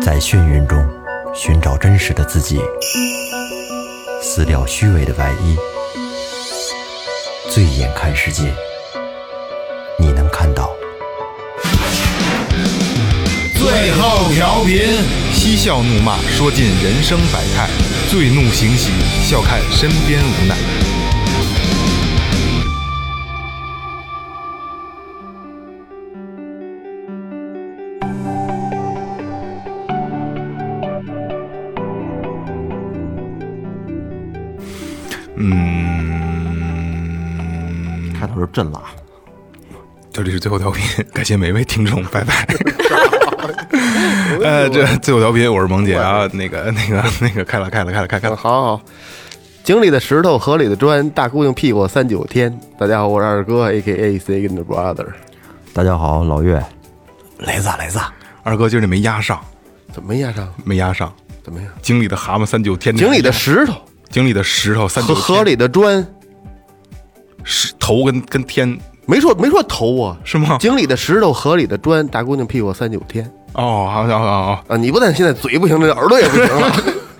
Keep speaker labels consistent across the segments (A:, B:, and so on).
A: 在眩晕中寻找真实的自己，撕掉虚伪的外衣，醉眼看世界，你能看到。
B: 最后调频，
C: 嬉笑怒骂，说尽人生百态；醉怒行喜，笑看身边无奈。
D: 开头是真
E: 啊
D: 拉，
C: 这里是最后调频，感谢每位听众，拜拜。 呃，这最后调频，我是萌姐啊，那个、那个、那个，开了，开了，开了，开了开
D: 嗯，
C: 了。
D: 好好。井里的石头，河里的砖，大姑娘屁股三九天。大家好，我是二哥，A K A Second Brother。
A: 大家好，老岳，
D: 雷
F: 啊
D: 子，雷子，
C: 二哥今儿这没压上，
D: 怎么没压上？
C: 没压上。
D: 怎么样？
C: 井里的蛤蟆三九天，
D: 井里的石头，
C: 井里的石头三
D: 河
C: 九
D: 河
C: 天，
D: 里的砖，
C: 石头跟跟天
D: 没说没说头啊，
C: 是吗？
D: 井里的石头，河里的砖，大姑娘屁股三九天
C: 哦，好好好好，
D: 啊！你不但现在嘴不行，这耳朵也不行 了，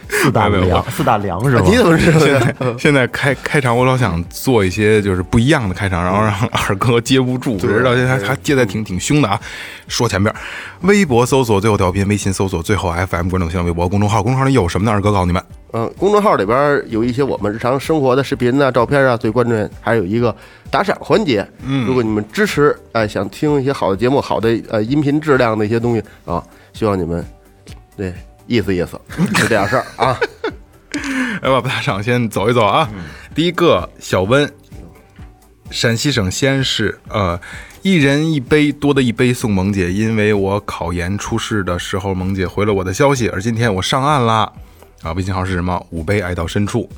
A: 四大
C: 没有
A: 梁，四大梁是吧？
D: 你怎么知道
C: 现
D: 的？
C: 在现在开开场，我老想做一些就是不一样的开场，然后让 二哥接不住，直到现在还接的挺挺凶的啊。说前边，微博搜索最后调频，微信搜索最后 FM，关注新浪微博公众号，公众号里有什么呢？二哥告诉你们，
D: 嗯，公众号里边有一些我们日常生活的视频呐、照片啊，最关键还有一个打赏环节。嗯，如果你们支持，哎、想听一些好的节目、好的呃音频质量的一些东西啊，希望你们对意思意思，就这点事儿 啊。
C: 来吧，打赏先走一走啊。
A: 嗯
C: 第一个小温，陕西省西安市，呃，一人一杯，多的一杯送萌姐，因为我考研出事的时候，萌姐回了我的消息，而今天我上岸啦。啊，微信号是什么？五杯爱到深处。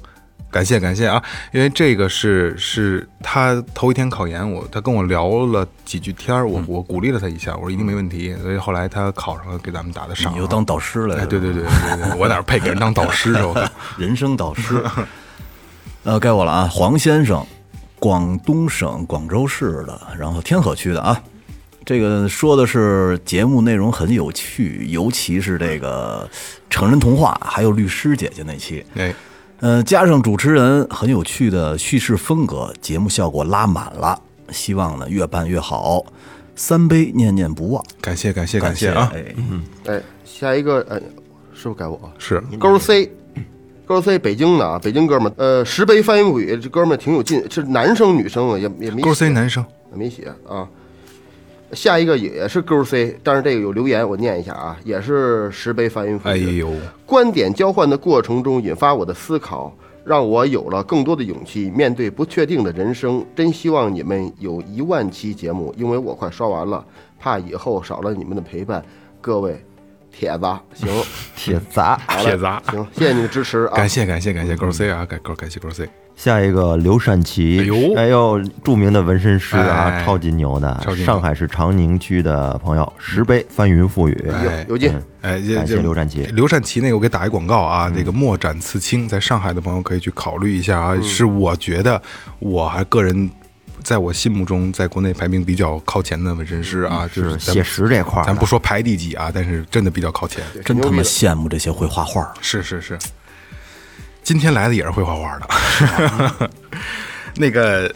C: 感谢感谢啊，因为这个是是他头一天考研，我他跟我聊了几句天儿，我
A: 嗯
C: 我鼓励了他一下，我说一定没问题，所以后来他考上了，给咱们打的赏啊。
A: 你又当导师了？
C: 哎，对对对对对，我哪配给人当导师 啊？我靠
G: 人生导师。呃，该我了啊，黄先生，广东省广州市的，然后天河区的啊。这个说的是节目内容很有趣，尤其是这个成人童话，还有律师姐姐那期。
C: 哎。
G: 呃，加上主持人很有趣的叙事风格，节目效果拉满了。希望呢越办越好，三杯念念不忘。
C: 感谢感谢
G: 感
C: 谢啊！
G: 哎，
D: 哎，下一个，哎，是不是该我啊？
C: 是
D: 勾 C，勾 C，北京的啊，北京哥们儿，呃，十杯翻云覆雨，这哥们儿挺有劲，是男生女生啊，也也没
C: 勾 C
D: 写
C: 男生，
D: 没写啊。下一个也是勾 C，但是这个有留言，我念一下啊，也是十杯翻云覆
C: 哎
D: 雨。
C: 呦，
A: 啊
D: 观点交换的过程中，引发我的思考，让我有了更多的勇气面对不确定的人生。真希望你们有一万期节目，因为我快刷完了，怕以后少了你们的陪伴。各位，铁子， 行，
A: 铁砸。
D: 好嘞
C: 铁子啊
D: 行，谢谢你的支持啊
C: 感！谢感谢感谢勾 C
A: 嗯
C: 啊，感勾感谢勾 C，
A: 下一个刘善奇，
C: 哎呦
A: 著名的纹身师啊，
C: 哎
A: 超级牛的，
C: 超级牛
A: 上海市长宁区的朋友，石碑翻云覆雨，
C: 哎
E: 嗯
D: 有劲，
C: 哎，这
A: 感谢
C: 这
A: 刘嗯善奇
C: 刘善奇那个我给打一广告啊，那个墨展刺青，在上海的朋友可以去考虑一下
A: 嗯
C: 啊，是我觉得我还个人。在我心目中，在国内排名比较靠前的纹身师啊，就是咱
A: 嗯写实这块儿的
C: 咱不说排第几啊，但是真的比较靠前。
G: 真他
D: 牛逼
G: 妈
D: 的
G: 羡慕这些会画画儿的。
C: 是是是，今天来的也是会画画的。 那个，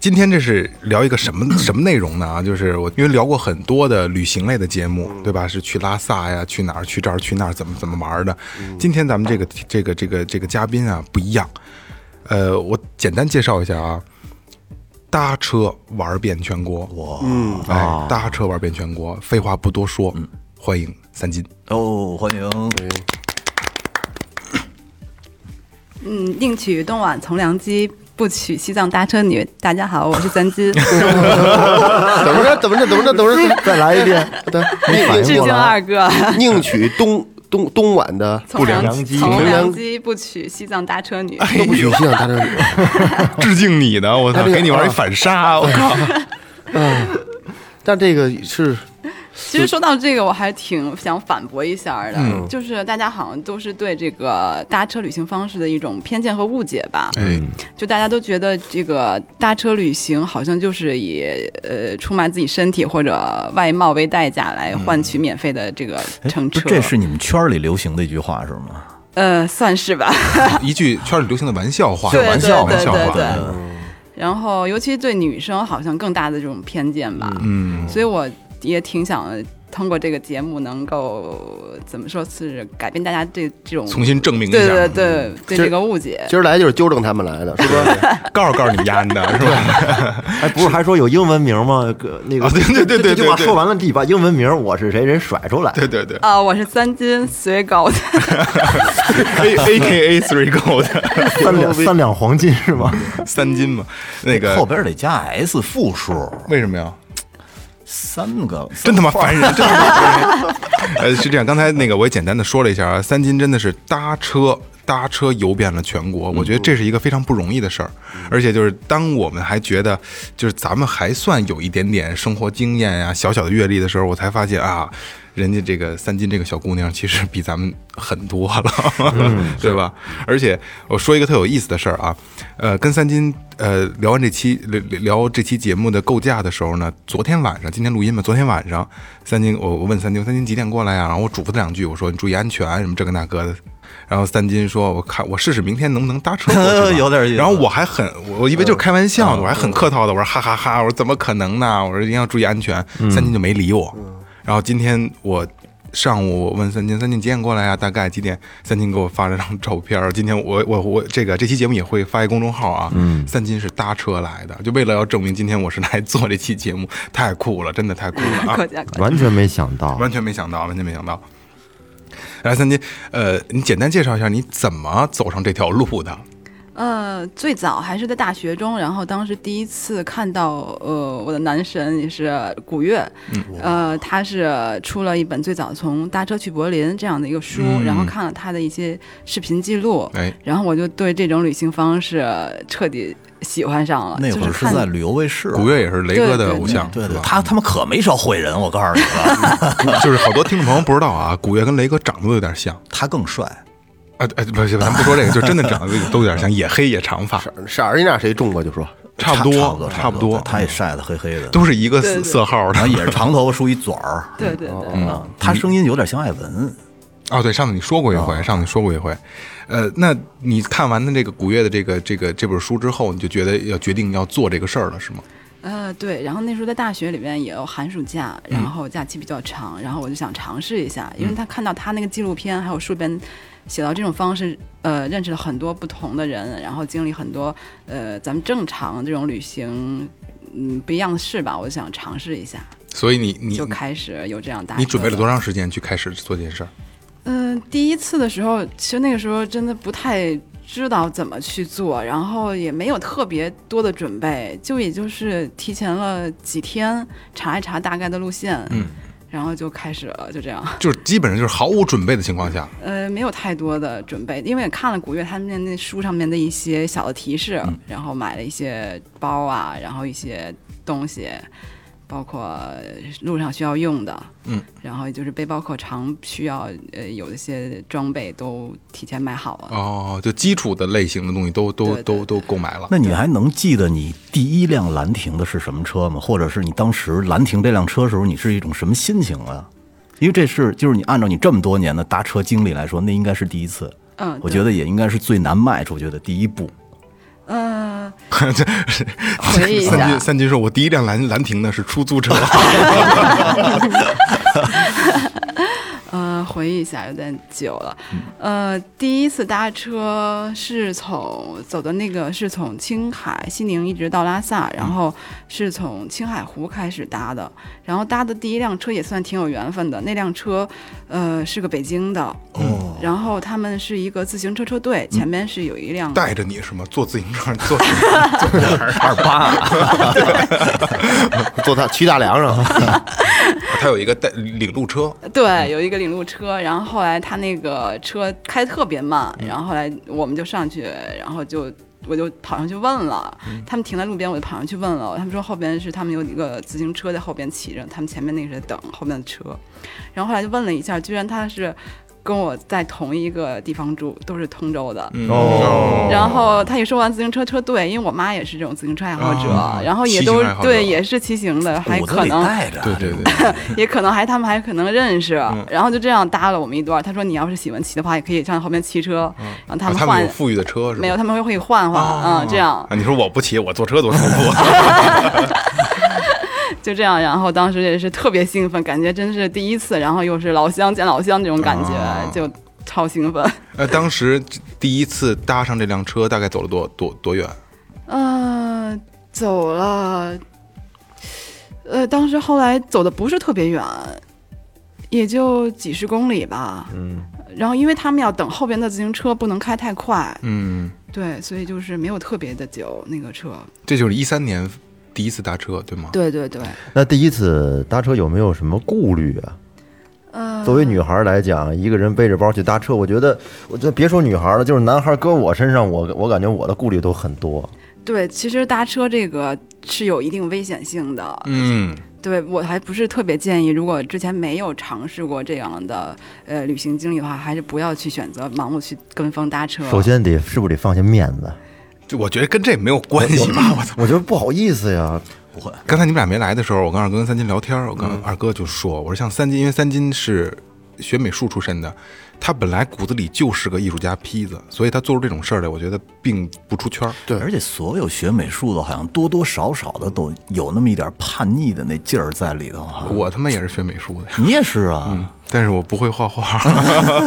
C: 今天这是聊一个什么 什么内容呢？啊，就是我因为聊过很多的旅行类的节目，对吧？是去拉萨呀，去哪儿，去这儿，去那儿，怎么怎么玩儿的。今天咱们这个这个这个这个嘉宾啊不一样，呃，我简单介绍一下啊。搭车玩遍全国，哇！嗯，哎，搭车玩遍全国，废话不多说，欢迎三金。
G: 哦，欢迎。
H: 嗯，宁取东莞从良机，不娶西藏搭车女。大家好，我是三金，
D: 怎么着？怎么着？怎么着？怎么着？再来一 遍。对，啊
A: 反
H: 致
A: 应过
H: 敬
A: 来，
H: 二哥。
D: 宁取东东东莞的
H: 从
A: 良机
H: 从
D: 从良
H: 良机不娶西藏搭车女。
D: 都不许像他这里，
C: 致敬你呢， 哎我操，给你玩一反杀，我靠！
D: 但这个是
H: 其实说到这个，我还挺想反驳一下的，就是大家好像都是对这个搭车旅行方式的一种偏见和误解吧。
C: 哎，
H: 就大家都觉得这个搭车旅行好像就是以呃出卖自己身体或者外貌为代价来换取免费的这个
G: 哎
H: 乘
G: 不
H: 车，
G: 是这是你们圈儿里流行的一句话是吗？
H: 呃算是吧。
C: 一句圈里流行的玩笑话，
H: 对对
C: 玩笑玩
H: 对
C: 笑
H: 对
C: 话，
H: 对。然后，尤其对女生好像更大的这种偏见吧。
C: 嗯，
H: 所以我也挺想呃通过这个节目能够呃怎么说是改变大家对这种
C: 重新证明一下，嗯
H: 对对对对
D: 其实
H: 这个误解。
D: 今儿来就是纠正他们来的，是不是？
C: 告诉告诉你丫的 是吧？
E: 哎，不是还说有英文名吗？个那个
C: 啊对对对对
E: 这句话
C: 对对
E: 说完了，你把英文名我是谁人甩出来，
C: 对对对
H: 啊、我是三金随狗的，
C: ，A A K A three gold
E: 三两三两黄金是吗？
C: 三金嘛，那个
G: 后边得加 s 复数，
C: 为什么呀？
G: 三个
C: 真他妈烦人，真他妈烦人。呃，是这样，刚才那个我也简单的说了一下啊，三金真的是搭车搭车游遍了全国，我觉得这是一个非常不容易的事儿。而且就是当我们还觉得就是咱们还算有一点点生活经验呀、小小的阅历的时候，我才发现啊。人家这个三金这个小姑娘其实比咱们狠多了， 对吧？而且我说一个特有意思的事儿啊，呃，跟三金呃聊完这期聊聊这期节目的构架的时候呢，昨天晚上今天录音嘛，昨天晚上三金我我问三金三金几点过来呀、然后我嘱咐他两句，我说你注意安全什么这个那个的。然后三金说：“我看我试试明天能不能搭车过去吧
G: 有点意思
C: 然后我还很，我我以为就是开玩笑的，我还很客套的，我说：“哈哈哈我说：“怎么可能呢？”我说：“一定要注意安全。”三金就没理我。然后今天我上午我问三金，三金几点过来啊？大概几点？三金给我发了张照片儿。今天我我我这个这期节目也会发一公众号啊。嗯，三金是搭车来的，就为了要证明今天我是来做这期节目， 太酷了，真的太酷了啊！
H: 国家国家。
E: 完全没想到，
C: 完全没想到，完全没想到。然后三金，呃，你简单介绍一下你怎么走上这条路的？
H: 呃，最早还是在大学中，然后当时第一次看到呃我的男神也是古月，
C: 嗯
H: 呃，他是出了一本最早从搭车去柏林这样的一个书，
C: 嗯
H: 然后看了他的一些视频记录，
C: 哎，
H: 然后我就对这种旅行方式彻底喜欢上了。
G: 那会
H: 就
G: 儿
H: 是看
G: 是在旅游卫视，
C: 古月也是雷哥的偶像，
G: 对
C: 是
G: 对，
C: 吧
G: 他他们可没少毁人，我告诉 你了，
C: 就是好多听众朋友不知道啊，古月跟雷哥长得都有点像。
G: 他更帅。
C: 啊，哎，不是，咱不说这个，就真的长得都有点像，也黑也长发，
D: 色儿一那谁中过就说，
C: 差不
G: 差
C: 多，
G: 差
C: 不
G: 多
C: 多，，
G: 他也晒得黑黑的，
C: 都是一个色
H: 对对
C: 色号
G: 然
C: 的
G: 后也是长头发梳一嘴儿，
H: 对对对，
C: 嗯
G: 啊，他声音有点像艾文，
C: 哦，对，上次你说过一回，上次你说过一回，呃，那你看完的这个古月的这个这个这本书之后，你就觉得要决定要做这个事儿了，是吗？
H: 呃对，然后那时候在大学里边也有寒暑假，
C: 嗯
H: 然后假期比较长，然后我就想尝试一下，因为他看到他那个纪录片还有书里边写到这种方式，呃，认识了很多不同的人，然后经历很多呃咱们正常这种旅行。嗯，不一样的事吧，我想尝试一下，
C: 所以你你
H: 就开始有这样大。
C: 你准备了多长时间去开始做这件事儿？
H: 嗯、第一次的时候，其实那个时候真的不太知道怎么去做，然后也没有特别多的准备，就也就是提前了几天查一查大概的路线，嗯，然后就开始了，就这样。
C: 就是基本上就是毫无准备的情况下，
H: 呃，没有太多的准备，因为也看了古月他们那书上面的一些小的提示，
C: 嗯
H: 然后买了一些包啊，然后一些东西，包括路上需要用的，
C: 嗯，
H: 然后就是背包客常需要呃有一些装备都提前买好了。
C: 哦，就基础的类型的东西都都
H: 嗯对对
C: 都都购买了。
G: 那你还能记得你第一辆兰亭的是什么车吗？或者是你当时兰亭这辆车的时候，你是一种什么心情啊？因为这是就是你按照你这么多年的搭车经历来说，那应该是第一次，
H: 嗯，
G: 我觉
H: 得
G: 得也应该是最难迈出去的第一步。
H: 呃，
C: 这
H: 回忆一
C: 三
H: 下
C: 金，三金说，我第一辆兰兰亭呢是出 租车，
H: 呃，回忆一下，有点久了。呃，第一次搭车是从走的那个是从青海西宁一直到拉萨，然后是从青海湖开始搭的。然后搭的第一辆车也算挺有缘分的，那辆车，呃，是个北京的。哦。然后他们是一个自行车车队，前面是有一辆
C: 带着你是吗？坐自行车，坐
G: 二八，
D: 坐他骑大 梁上，
C: 他有一个带领路车，嗯
H: 对，有一个领路车，然后
C: 嗯
H: 后来他那个车开得特别慢，然后后来我们就上去，然后就我就跑上去问了，
C: 嗯
H: 他们停在路边，我就跑上去问了，他们说后边是他们有一个自行车在后边骑着，他们前面那个是在等后面的车，然后后来就问了一下，居然他是跟我在同一个地方住，都是通州的，
C: 哦
H: 然后他也说完自行车车队，因为我妈也是这种自行车爱好者，
C: 啊
H: 然后也
C: 骑
H: 都
C: 行爱好者
H: 对也是骑行的，还
G: 骨子
H: 可
G: 里
H: 能
G: 带着，
C: 对对对，
H: 也可能还他们还可能认识，
C: 嗯
H: 然后就这样搭了我们一段儿。他说你要是喜欢骑的话，也可以上后面骑车，然后他
C: 啊
H: 们
C: 他
H: 换、
C: 们有富裕的车是吧？
H: 没有，他们会会换换，嗯，这样
C: 啊，你说我不骑，我坐车多舒服。
H: 就这样。然后当时也是特别兴奋，感觉真是第一次，然后又是老乡见老乡这种感觉，
C: 啊
H: 就超兴奋。
C: 呃，当时第一次搭上这辆车，大概走了多多多远？
H: 嗯、走了，呃，当时后来走的不是特别远，也就几十公里吧。嗯。然后，因为他们要等后边的自行车，不能开太快，
C: 嗯，
H: 对，所以就是没有特别的久那个车。
C: 这就是一三年第一次搭车，对吗？
H: 对对对，
F: 那第一次搭车有没有什么顾虑啊？
H: 呃，
F: 作为女孩来讲，一个人背着包去搭车，我觉得，我觉得别说女孩了，就是男孩搁我身上，我我感觉我的顾虑都很多。
H: 对，其实搭车这个是有一定危险性的，
C: 嗯，
H: 对我还不是特别建议，如果之前没有尝试过这样的呃旅行经历的话，还是不要去选择盲目去跟风搭
G: 嗯
H: 车。
F: 首先得是不是得放下面子？
C: 就我觉得跟这没有关系吧。我操！
F: 我觉得不好意思呀，
C: 刚才你们俩没来的时候，我跟二哥跟三金聊天，我跟二哥就说，我说像三金，因为三金是学美术出身的，他本来骨子里就是个艺术家坯子，所以他做出这种事儿来，我觉得并不出圈儿。
D: 对
G: 而且所有学美术的，好像多多少少的都有那么一点叛逆的那劲儿在里头哈。
C: 我他妈也是学美术的呀，
G: 你也是啊，
C: 但是我不会画画，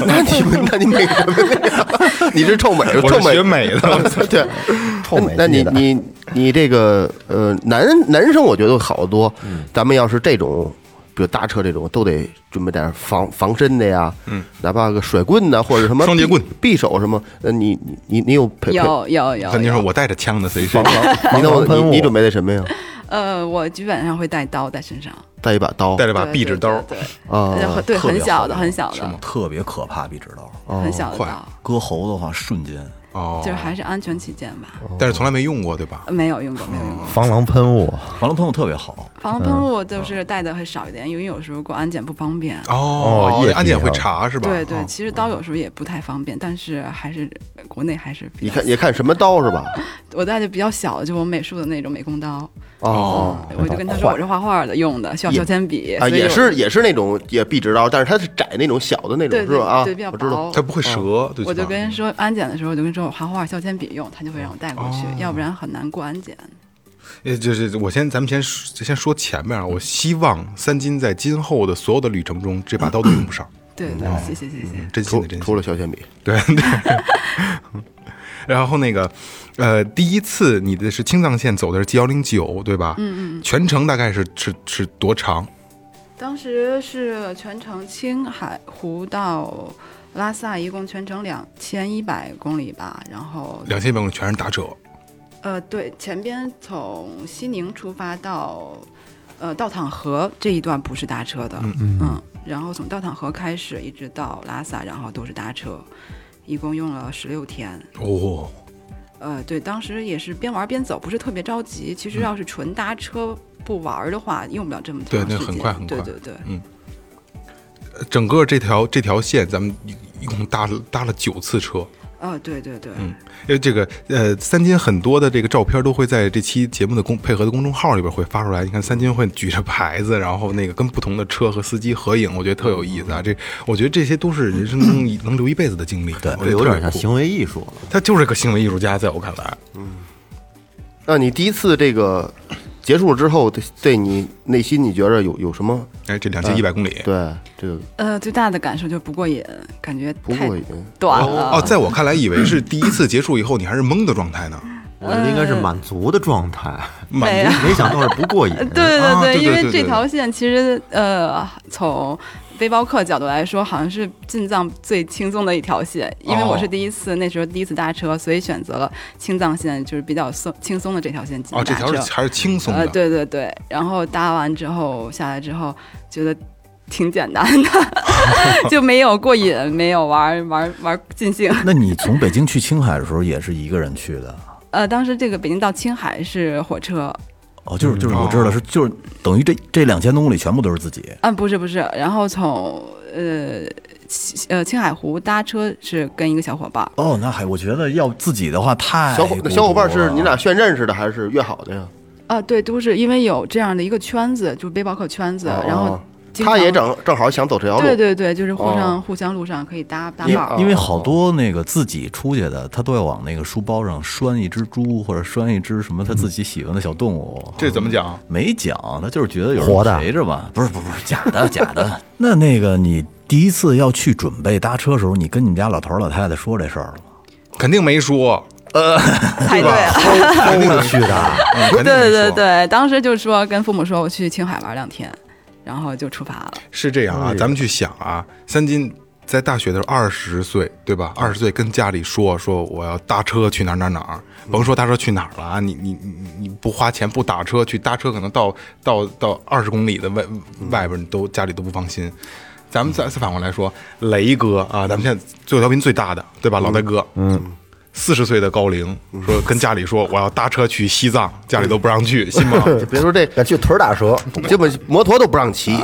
D: 那你们那你美什么呀？你是臭美，
C: 我
D: 臭
C: 是
D: 美
C: 学美的。
D: 对，
F: 臭美
D: 那你
F: 系的
D: 你你这个呃，男男生我觉得好多，
C: 嗯
D: 咱们要是这种，比如搭车这种，都得准备点防防身的呀，嗯，哪怕个甩棍呐，或者什么
C: 双截棍
D: 匕、匕首什么，呃，你你你你有配配，
H: 有有有，
C: 三金说，
H: 有
C: 我带着枪呢，随 身。
D: 你那
F: 防喷
D: 你你
F: 雾
D: 准备的什么呀？
H: 呃，我基本上会带刀在身上，
D: 带一把刀
C: 带着把
H: 对
C: 壁纸刀，
H: 对对
D: 啊
H: 对，很对
G: 特别
H: 很小的
G: 好啊
H: 很小
G: 是吗哦
H: 的
G: 特别可怕，笔直刀
H: 很小的
C: 快
H: 刀，
G: 割喉的话，瞬间
C: 哦，
H: 就是还是安全起见吧，
C: 但是从来没用过，对吧？
H: 没有用过，没有用过。
F: 防狼喷雾，
G: 防狼喷雾特别好，
H: 防狼喷雾就是带的会少一点，因为有时候过安检不方便。
D: 啊
C: 哦
F: 哦液体
C: 安检会
F: 啊
C: 查是吧？
H: 对对，
C: 哦
H: 其实刀有时候也不太方便，但是还是呃国内还是比
D: 你
H: 较
D: 看也看什么刀是吧？
H: 我带的比较小，就我美术的那种美工刀。
D: 哦，
H: 嗯我就跟他说我是画画的用的，需要削铅笔
D: 啊，
H: 所以
D: 也
H: 我
D: 是也是那种也壁纸刀，但是它是窄那种小的那种
H: 对
D: 是
H: 对
D: 吧？啊，
H: 对比较
D: 我知道。
H: 薄
C: 它。哦不会折，对
H: 我就
C: 吧
H: 跟人说安检的时候，我就跟说我画画削铅笔用，他就会让我带过去，要不然很难过安检。
C: 呃，就是我先，咱们先说先说前面啊。我希望三金在今后的所有的旅程中，这把刀都用不上，
H: 对对，谢谢谢谢。
C: 真心
D: 除
C: 的真
D: 除
C: 心的。
D: 了削铅笔，
C: 对对。然后那个，呃，第一次你的是青藏线走的是 G 幺零九，对吧？嗯嗯。全程大概是是是多长？
H: 当时是全程青海湖到拉萨，一共全程两千一百公里吧。然后
C: 两千一百公里全是打折。
H: 呃，对，前边从西宁出发到呃到淌河这一段不是搭车的，嗯然后从到淌河开始一直到拉萨，然后都是搭车，一共用了十六天。
C: 哦，
H: 呃，对，当时也是边玩边走，不是特别着急。其实要是纯搭车不玩儿的话，用不了这么
C: 嗯对
H: 长时
C: 那
H: 间。
C: 很快很快
H: 对对对，
C: 呃整个这条这条线咱们一一共搭了搭了九次车。
H: 啊、对对对，
C: 因为这个呃，三金很多的这个照片都会在这期节目的公配合的公众号里边会发出来。你看三金会举着牌子，然后那个跟不同的车和司机合影，我觉得特有意思啊。这我觉得这些都是人生中能留一辈子的经历，对，我觉得
E: 有
C: 特
E: 点
C: 别
E: 像
C: 酷
E: 行为艺术了。
C: 他就是个行为艺术家，在我看来，
D: 那你第一次这个结束了之后，对对你内心你觉着有有什么？
C: 哎，这两千一百公里。
D: 对这个
H: 呃，最大的感受就是不过瘾，感觉
D: 不
H: 太
D: 过瘾，
H: 短了。
C: 哦，在我看来，以为是第一次结束以后你还是懵的状态呢，
E: 我觉得应该是满足的状态，
C: 满
H: 没有
F: 嗯
E: 没想到是不过瘾。
H: 对对
C: 啊对对
H: 因为
C: 对
H: 这
C: 对
H: 条线其实呃，从背包客角度来说，好像是进藏最轻松的一条线。因为我
C: 哦
H: 是第一次，那时候第一次搭车，所以选择了青藏线，就是比较松轻松的这条线进
C: 啊，
H: 去
C: 这
H: 搭
C: 条
H: 车。
C: 是还是轻松
H: 呃，
C: 的，
H: 对对对，然后搭完之后下来之后，觉得挺简单的， 就没有过瘾，没有玩玩玩尽兴。
G: 那你从北京去青海的时候也是一个人去的？
H: 呃，当时这个北京到青海是火车，
G: 哦，就是就是
C: 嗯
G: 我知道是就是等于这这两千多公里全部都是自己，
H: 啊，不是不是，然后从呃西呃青海湖搭车是跟一个小伙伴儿，
G: 哦，那还我觉得要自己的话太
D: 小伙
G: 孤独
D: 小伙伴是
G: 了
D: 你俩炫认识的还是约好的呀？
H: 啊，对，都是因为有这样的一个圈子，就是背包客圈子，然后
D: 哦
H: 经
D: 他也
H: 常
D: 正正好想走这条路，
H: 对对对，就是互相、
D: 哦
H: 互相路上可以搭搭
G: 因
H: 伴
G: 为
H: 儿。
G: 因为好多那个自己出去的，他都要往那个书包上拴一只猪或者拴一只什么他自己喜欢的小动
D: 嗯
G: 物。
C: 这怎么讲？
G: 没讲，他就是觉得有
F: 活
G: 人
F: 的
G: 陪着吧？不是不是不是假的假的。 那那个你第一次要去准备搭车的时候，你跟你们家老头儿老太太说这事儿了吗？
C: 肯定没说，
H: 猜对了，
C: 肯定去的，嗯肯定没说
H: 对对对，对，当时就说跟父母说我去青海玩两天，然后就出发了。
C: 是这样啊。咱们去想啊，三金在大学的时候二十岁，对吧？二十岁跟家里说说我要搭车去哪儿哪儿哪儿，甭说搭车去哪儿了啊，你你你你不花钱不打车去搭车，可能到到到二十公里的外外边你都家里都不放心。咱们再再反过来说，雷哥啊，咱们现在最后调频最大的，对吧？老大哥，嗯。四十岁的高龄说跟家里说我要搭车去西藏，家里都不让去，信吗？
D: 就别说这，
F: 敢去腿儿打折，
D: 基本摩托都不让骑，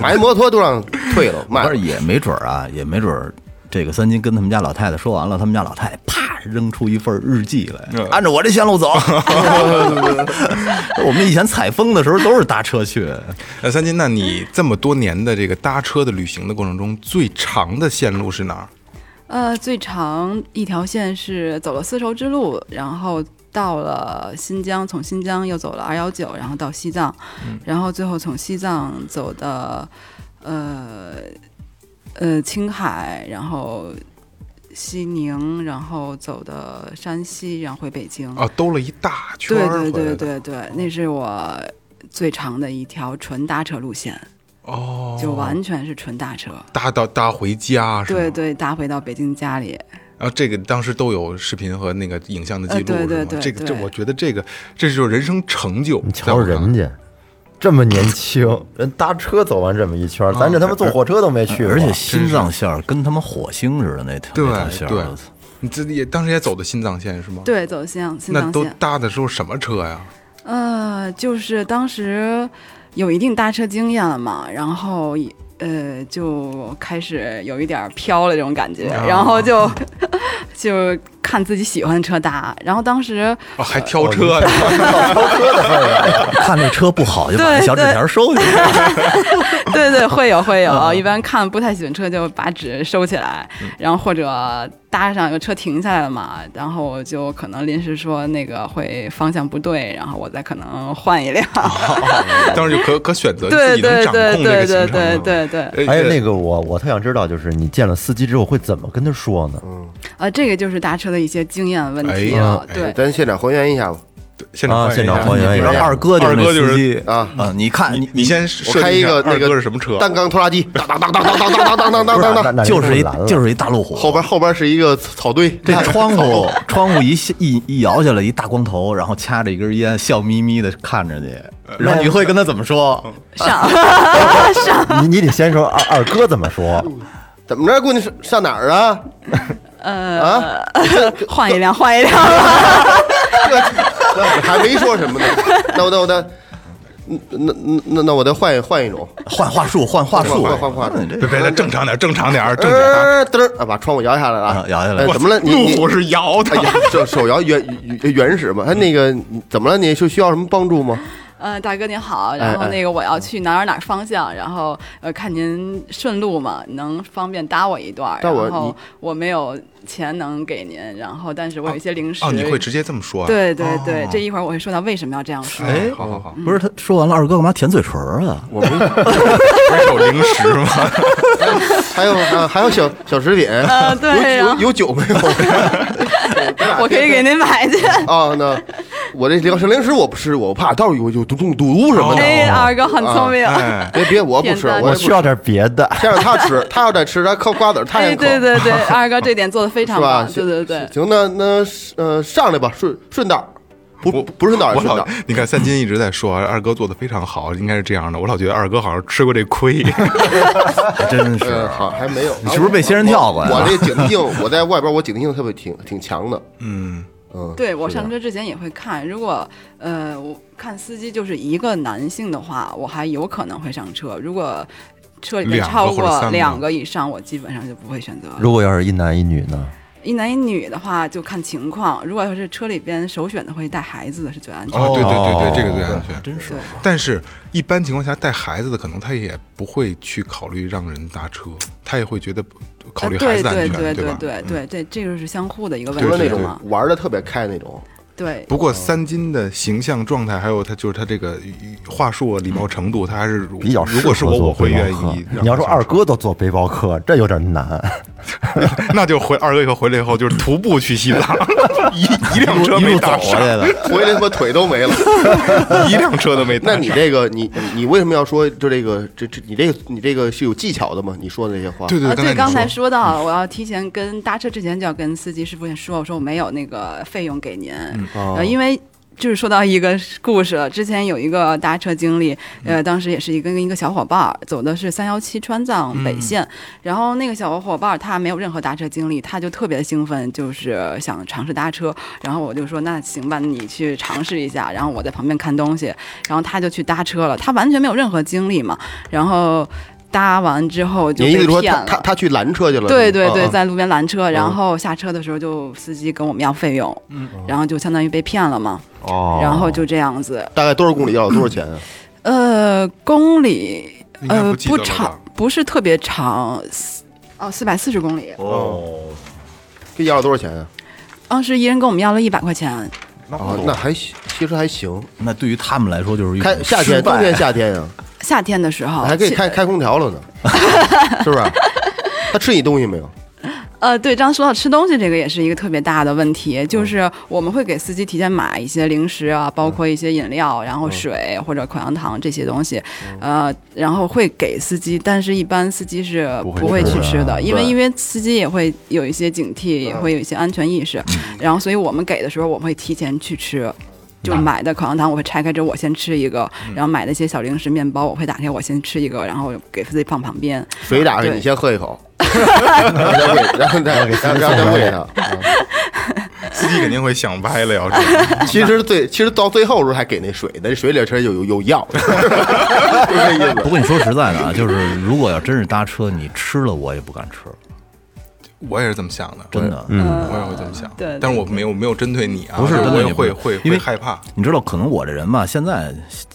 D: 买摩托都让退了，卖
G: 但
D: 了
G: 是也没准儿啊，也没准儿。这个三金跟他们家老太太说完了，他们家老太太啪扔出一份日记
C: 嗯
G: 来，按照我这线路走。 我们以前采风的时候都是搭车去，
C: 呃，三金，那你这么多年的这个搭车的旅行的过程中，最长的线路是哪儿？
H: 呃，最长一条线是走了丝绸之路，然后到了新疆，从新疆又走了二幺九，然后到西藏，
C: 嗯
H: 然后最后从西藏走的呃呃青海，然后西宁，然后走的山西，然后回北京。
C: 啊，兜了一大圈
H: 对
C: 儿
H: 对
C: 回来
H: 对
C: 的嗯
H: 对对，那是我最长的一条纯搭车路线，
C: 哦，
H: 就完全是纯搭车。
C: 搭到搭回家是吗？哦
H: 对。对，搭回到北京家里，
C: 然后这个当时都有视频和那个影像的记录，
H: 呃对对
C: 是吗
H: 对
C: 这个这
H: 对
C: 我觉得这个这就是人生成就。
F: 你
C: 在
F: 瞧
C: 我看
F: 人
C: 来，
F: 家这么年轻，人搭车走完这么一圈儿，咱这他妈坐火车都没去过，
G: 而且心脏线儿跟他们火星似的那条
C: 对
G: 那条线儿
C: 对
G: 我操
C: 你这也当时也走的新藏线是吗？。
H: 对，走新藏新
C: 那
H: 藏
C: 都
H: 线。
C: 搭的时候什么车呀？
H: 呃，就是当时有一定搭车经验了嘛，然后呃就开始有一点儿飘了这种感觉，
C: 啊
H: 然 后就就看自己喜欢的车搭。然后当时
C: 哦，
F: 呃
C: 还挑车呢，
G: 看那车不好就把那
H: 对
G: 小纸
H: 对
G: 条收起来。
H: 对对，会有会
C: 嗯
H: 有，一般看不太喜欢车就把纸收起来，然后或者搭上有车停下来了嘛，然后我就可能临时说那个会方向不对，然后我再可能换一辆。
C: 当时就可可选择啊自
H: 对
C: 己能
H: 对
C: 掌
H: 对
C: 控这个行
H: 对对
C: 程
H: 对
C: 了。
H: 对对，
C: 对
F: 哎，那个我我特想知道，就是你见了司机之后会怎么跟他说呢？
H: 啊，这个就是搭车的一些经验问题
C: 哎
H: 了。
C: 哎
H: 对，
D: 咱现场还原一下吧。
C: 现
F: 啊
C: 场
F: 现场还原一下
G: 然后二哥就是
C: 二哥
G: 那
C: 就
G: 司
C: 是
G: 机
D: 啊
G: 啊，你看哎你
C: 你先
D: 我
C: 设
D: 开
C: 定
D: 一
C: 下
D: 个
C: 二
D: 那个
C: 哥是什么车？
D: 单缸拖拉机，当当当当当当当当当当当
F: 那
D: 当。
F: 那
G: 就是一
F: 拦了，
G: 就是一大路虎，
D: 后边后边是一个草堆，
G: 这窗户 窗户一下一一摇下来，一大光头，然后掐着一根烟，笑眯眯的看着你，
D: 呃
G: 然后你会跟他怎么说？
H: 上
F: 你你得先说二二哥怎么说，
D: 怎么着？姑娘上哪儿啊？
H: 呃，换一辆，换一辆吧。
D: 那还没说什么呢。那我那我那那那那那我再换一换一种，
G: 换话术，换话术，
D: 换换换
G: 那你这
C: 别别，咱正常点，正常点，正常点。
D: 呃噔儿啊，把窗户摇下来了啊
G: 啊，摇下来
D: 哎
G: 我
D: 怎么了？你
C: 路
D: 你
C: 虎是摇的
D: 哎，呀，手手摇原原原始嘛？哎，那个你怎么了？你是需要什么帮助吗？
H: 呃，大哥您好，然后
D: 哎哎
H: 那个我要去哪儿哪儿方向，然后呃，看您顺路嘛，能方便搭我一段儿。
D: 搭我
H: 然后我没有钱能给您，然后但是我有一些零食。
C: 哦，你会直接这么说啊？
H: 对对对，这一会儿我会说到为什么要这样说。
C: 哎，好好好，
G: 不是他说完了，二哥干嘛舔嘴唇啊？
D: 我没，
C: 不是有零食 吗？
D: 还有啊，还有小小食品，
H: 呃，对，
D: 有
H: 然
D: 有
H: 后
D: 有酒没有？
H: 我可以给您买去。
C: 哦
D: 啊，那我这零食零食我不吃，我怕到时候有有毒中毒什么的。
H: 哎，二哥很聪明。
C: 哎，
D: 别别，我不吃，
H: 点赞
D: 我
F: 我
D: 也不
F: 需要点别的。
D: 先让他吃，他要再吃，他嗑瓜子儿，他也
H: 哎，
D: 嗑。
H: 对对 对，二哥这点做的非常
D: 是吧
H: 棒，？对对对。
D: 行，那那呃上来吧，顺顺道，不不不顺啊道也
C: 我
D: 顺
C: 老
D: 道。
C: 你看三金一直在说二哥做的非常好，应该是这样的。我老觉得二哥好像吃过这 亏，
G: 还真是
D: 呃，好，还没有。
G: 你是不是被仙人跳过呀
D: 我我这警惕性，我在外边我警惕性特别挺挺强的。嗯，嗯，
H: 对我
D: 是这样
H: 上车之前也会看，如果呃我看司机就是一个男性的话，我还有可能会上车；如果车里面
C: 两个
H: 超
C: 或者三个
H: 过两个以上，我基本上就不会选择。
F: 如果要是一男一女呢？
H: 一男一女的话就看情况，如果要是车里边首选的会带孩子的是最安全的。
C: 哦，对对对
F: 哦
C: 对，这个最安全。
G: 真 是
H: 对
C: 但是，一般情况下带孩子的，可能他也不会去考虑让人搭车，他也会觉得考虑
H: 呃
C: 孩子安
H: 对
C: 全，
H: 对
C: 吧？
H: 对对对，这就是相互的一个
C: 对
D: 除
H: 问
D: 了
H: 题
D: 那
C: 对
D: 种
H: 嘛。
D: 玩的特别开那种，
H: 对，
C: 不过三金的形象状态，还有他就是他这个话术啊礼貌程度，他还是
F: 比较
C: 如果是
F: 适合
C: 我，
F: 做
C: 我会
F: 背包
C: 愿
F: 客
C: 意。
F: 你要说二，哥都做背包客，这有点难。
C: 那就回二哥以后回来以后就是徒步去西 藏，一一辆车
F: 一
C: 没
F: 路走啊
C: 搭
F: 回来
C: 上，
F: 的，
D: 回来他妈腿都没了。
C: 一辆车都没搭
D: 那
C: 上。
D: 你这个，你你你为什么要说就这个这这你这个你这个是有技巧的吗？你说的这些话，
C: 对
H: 啊，
C: 对
H: 对，
C: 对，
H: 刚才
C: 才你
H: 说到，我要提前跟搭车之前就要跟司机师傅说，我说我没有那个费用给您，呃，因为。就是说到一个故事了，之前有一个搭车经历，呃，当时也是一个跟一个小伙伴儿走的是三幺七川藏北线，然后那个小伙伴儿他没有任何搭车经历，他就特别兴奋，就是想尝试搭车，然后我就说那行吧，你去尝试一下，然后我在旁边看东西，然后他就去搭车了，他完全没有任何经历嘛，然后。搭完之后就
D: 你意思
H: 被
D: 说
H: 骗
D: 他
H: 了。
D: 他他去拦车去了？
H: 对对对，
D: 嗯嗯嗯
H: 在路边拦车，然后下车的时候就司机跟我们要费用，然后就相当于被骗了嘛，
E: 哦，
H: 然后就这样子，
D: 大概多少公里要有多少钱啊？
H: 呃，公里
C: 应该
H: 呃
C: 不记得了吧
H: 长，不是特别长，四哦，四百四十公里，
G: 哦，
D: 这要了多少钱啊？
H: 当时一人跟我们要了一百块钱，
D: 啊，那还行，其实还行。
G: 那对于他们来说就是一种
D: 开夏天，
G: 失败
D: 冬天夏天呀，啊
H: 夏天的时候
D: 还可以
H: 去
D: 开开空调了呢，是不是？他吃你东西没有？
H: 呃，对，刚说到吃东西这个也是一个特别大的问题，就是我们会给司机提前买一些零食啊，包括一些饮料，然后水或者口香糖这些东西，呃，然后会给司机，但是一般司机是不会去吃的，啊嗯因为因为司机也会有一些警惕，也会有一些安全意识，然后所以我们给的时候我们会提前去吃。就买的口香糖，我会拆开之后我先吃一个，然后买的一些小零食、面包，我会打开我先吃一个，然后给自己放旁边。
D: 水打开
H: 对
D: 你先喝一口，然后再喂，然后再然后然后再喂他。啊
C: 司机肯定会想歪了，要是
D: 其实最其实到最后的时候还给那水，那水里其实有有有药，就这意思。
G: 不过你说实在的啊，就是如果要真是搭车，你吃了我也不敢吃，
C: 我也是这么想的，
G: 真的。
C: 我也会这么想，
H: 对对
C: 但是我没有没有针对你啊，
G: 不是
C: 就
G: 针
C: 我
G: 对
C: 也
G: 你
C: 会
G: 不是
C: 会
G: 因
C: 会
G: 为
C: 害怕，
G: 你知道，可能我这人吧，现在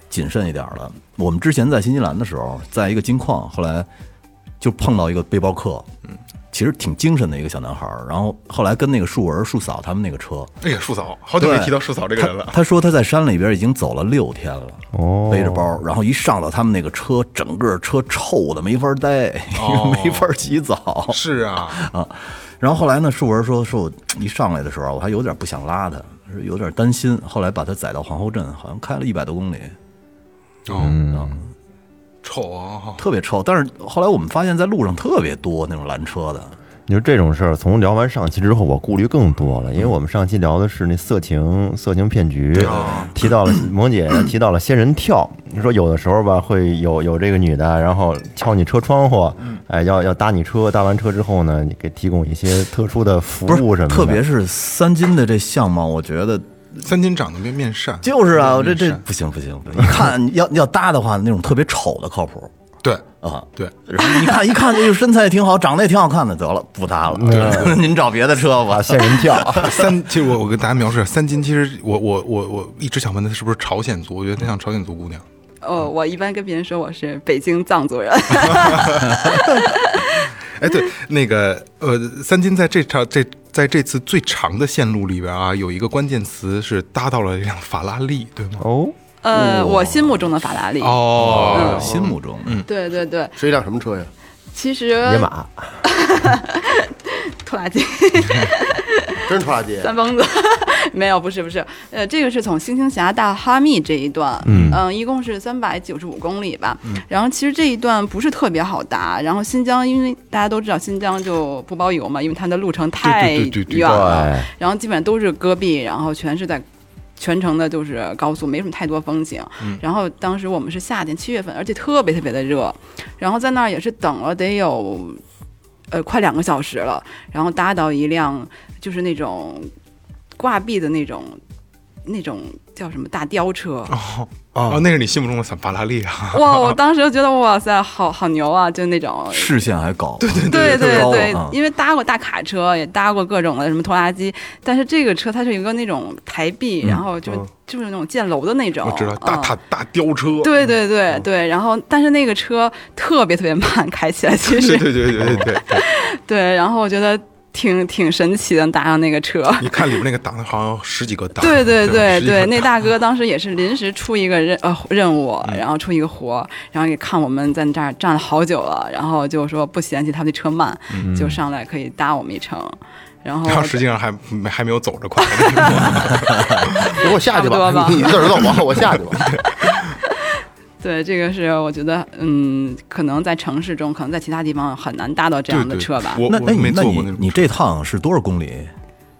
G: 谨慎一点了。我们之前在新西兰的时候，在一个金矿，后来就碰到一个背包客，嗯，其实挺精神的一个小男孩儿。然后后来跟那个树文、树嫂他们那个车，
C: 哎呀，树嫂，好久没
G: 对
C: 提到树嫂这个人了
G: 他。他说他在山里边已经走了六天了，背着包，然后一上到他们那个车，整个车臭的没法待，
C: 哦
G: 没法洗澡。
C: 是啊，
G: 啊。然后后来呢，树文说说我一上来的时候，我还有点不想拉他，是有点担心。后来把他载到皇后镇，好像开了一百多公里，
F: 嗯
C: 哦，丑啊，
G: 特别臭。但是后来我们发现，在路上特别多那种拦车的。
F: 你说这种事儿，从聊完上期之后，我顾虑更多了，因为我们上期聊的是那色情色情骗局，提到了萌 姐提到了仙人跳，你说有的时候吧，会有有这个女的，然后敲你车窗户，
E: 嗯
F: 哎，要要搭你车，搭完车之后呢，你给提供一些特殊的服
G: 不
F: 务什
G: 是，
F: 么的，
G: 特别是三金的这相貌，我觉得
C: 三金长得面面善，
G: 就是啊，我这
C: 面
G: 这
C: 善
G: 不行不行， 一看要要搭的话，那种特别丑的靠谱
C: 对
G: 啊。
C: 对，
G: 然后一看一 看，这个身材也挺好，长得也挺好看的，得了，不搭了， 您找别的车吧。
F: 仙人跳，
C: 三，其实我我跟大家描述一下，三金其实我我我我一直想问她是不是朝鲜族，我觉得她像朝鲜族姑娘。
H: 哦，我一般跟别人说我是北京藏族人。
C: 哎，对，那个呃，三金在这场这在这次最长的线路里边啊，有一个关键词是搭到了一辆法拉利，对吗？
F: 哦，
H: 呃，我心目中的法拉利。
C: 哦，
G: 心目中，嗯，
H: 对对对，
D: 是一辆什么车呀？
H: 其实
F: 野马，
H: 拖拉机
D: 真是拖拉机。
H: 三蹦子。 没有，不是不是，呃，这个是从星星峡到哈密这一段，嗯、一共是三百九十五公里吧。
C: 嗯
H: 然后其实这一段不是特别好搭，然后新疆因为大家都知道新疆就不包邮嘛，因为它的路程太
C: 对对对对对哎
H: 远了，
F: 对
H: 然后基本上都是戈壁，然后全是在全程的就是高速，没什么太多风景。
C: 嗯
H: 然后当时我们是夏天七月份，而且特别特别的热，然后在那儿也是等了得有呃快两个小时了，然后搭到一辆就是那种。挂壁的那种那种叫什么大吊 车。
C: 哦，那是你心目中的法法拉利啊！
H: 哇，我当时就觉得哇塞，好好牛啊！就 那种
G: 视线还高，对对
H: 对
G: 特别
H: 对
G: 高
H: 对
G: 啊，
H: 因为搭过大卡车，也搭过各种的什么拖拉机，但是这个车它是有一个那种台壁，然后就就是那种建楼的那种，
C: 嗯我知道，大
H: 嗯
C: 大大吊车，嗯
H: 对对对对，然后但是那个车特别特别慢， 开起来其
C: 对
H: 实
C: 对对对对对，
H: 对，然后我觉得挺挺神奇的，搭上那个车。
C: 你看里面那个档好像有十几个档，
H: 对对对
C: 十几个
H: 对，
C: 档
H: 那大哥当时也是临时出一个任呃任务，
C: 嗯
H: 然后出一个活，然后也看我们在这儿站了好久了，然后就说不嫌弃他们的车慢，就上来可以搭我们一程，然后
C: 然后实际上嗯还没还没有走着快，
D: 你给我下去
H: 差不多吧
D: 你自个儿走吧，我下去吧。
H: 对这个是我觉得嗯，可能在城市中，可能在其他地方很难搭到这
C: 对
H: 样的
C: 对，
H: 车吧。
C: 我
G: 那
C: 我
G: 那你
C: 没
G: 那
C: 坐过那
G: 你
C: 种
G: 你这趟是多少公里？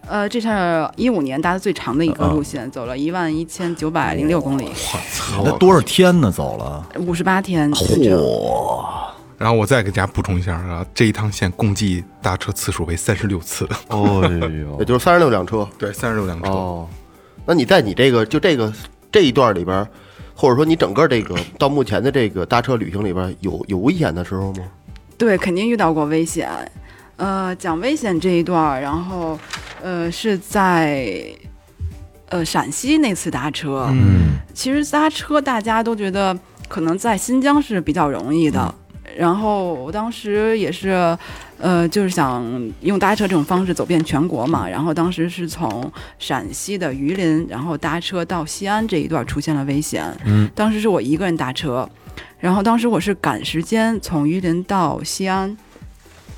H: 呃，这是一五年搭的最长的一个
G: 嗯
H: 路线，走了一万一千九百
C: 嗯
H: 零六公里，
C: 啊
G: 那多少天呢？走了，
H: 五十八天。
G: 嚯！
C: 然后我再给大家补充一下啊，这一趟线共计搭车次数为三十六次，
F: 哦呦
D: 也，就是三十六辆车
C: 对，三十六辆车。
D: 哦。那你在你这个就这个这一段里边儿，或者说你整个这 个到目前的这个搭车旅行里边儿，有有危险的时候吗？
H: 对，肯定遇到过危险。呃，讲危险这一段儿，然后呃是在呃陕西那次搭车。
C: 嗯，
H: 其实搭车大家都觉得可能在新疆是比较容易的。然后我当时也是，呃，就是想用搭车这种方式走遍全国嘛。然后当时是从陕西的榆林，然后搭车到西安这一段出现了危险。嗯，当时是我一个人搭车，然后当时我是赶时间从榆林到西安，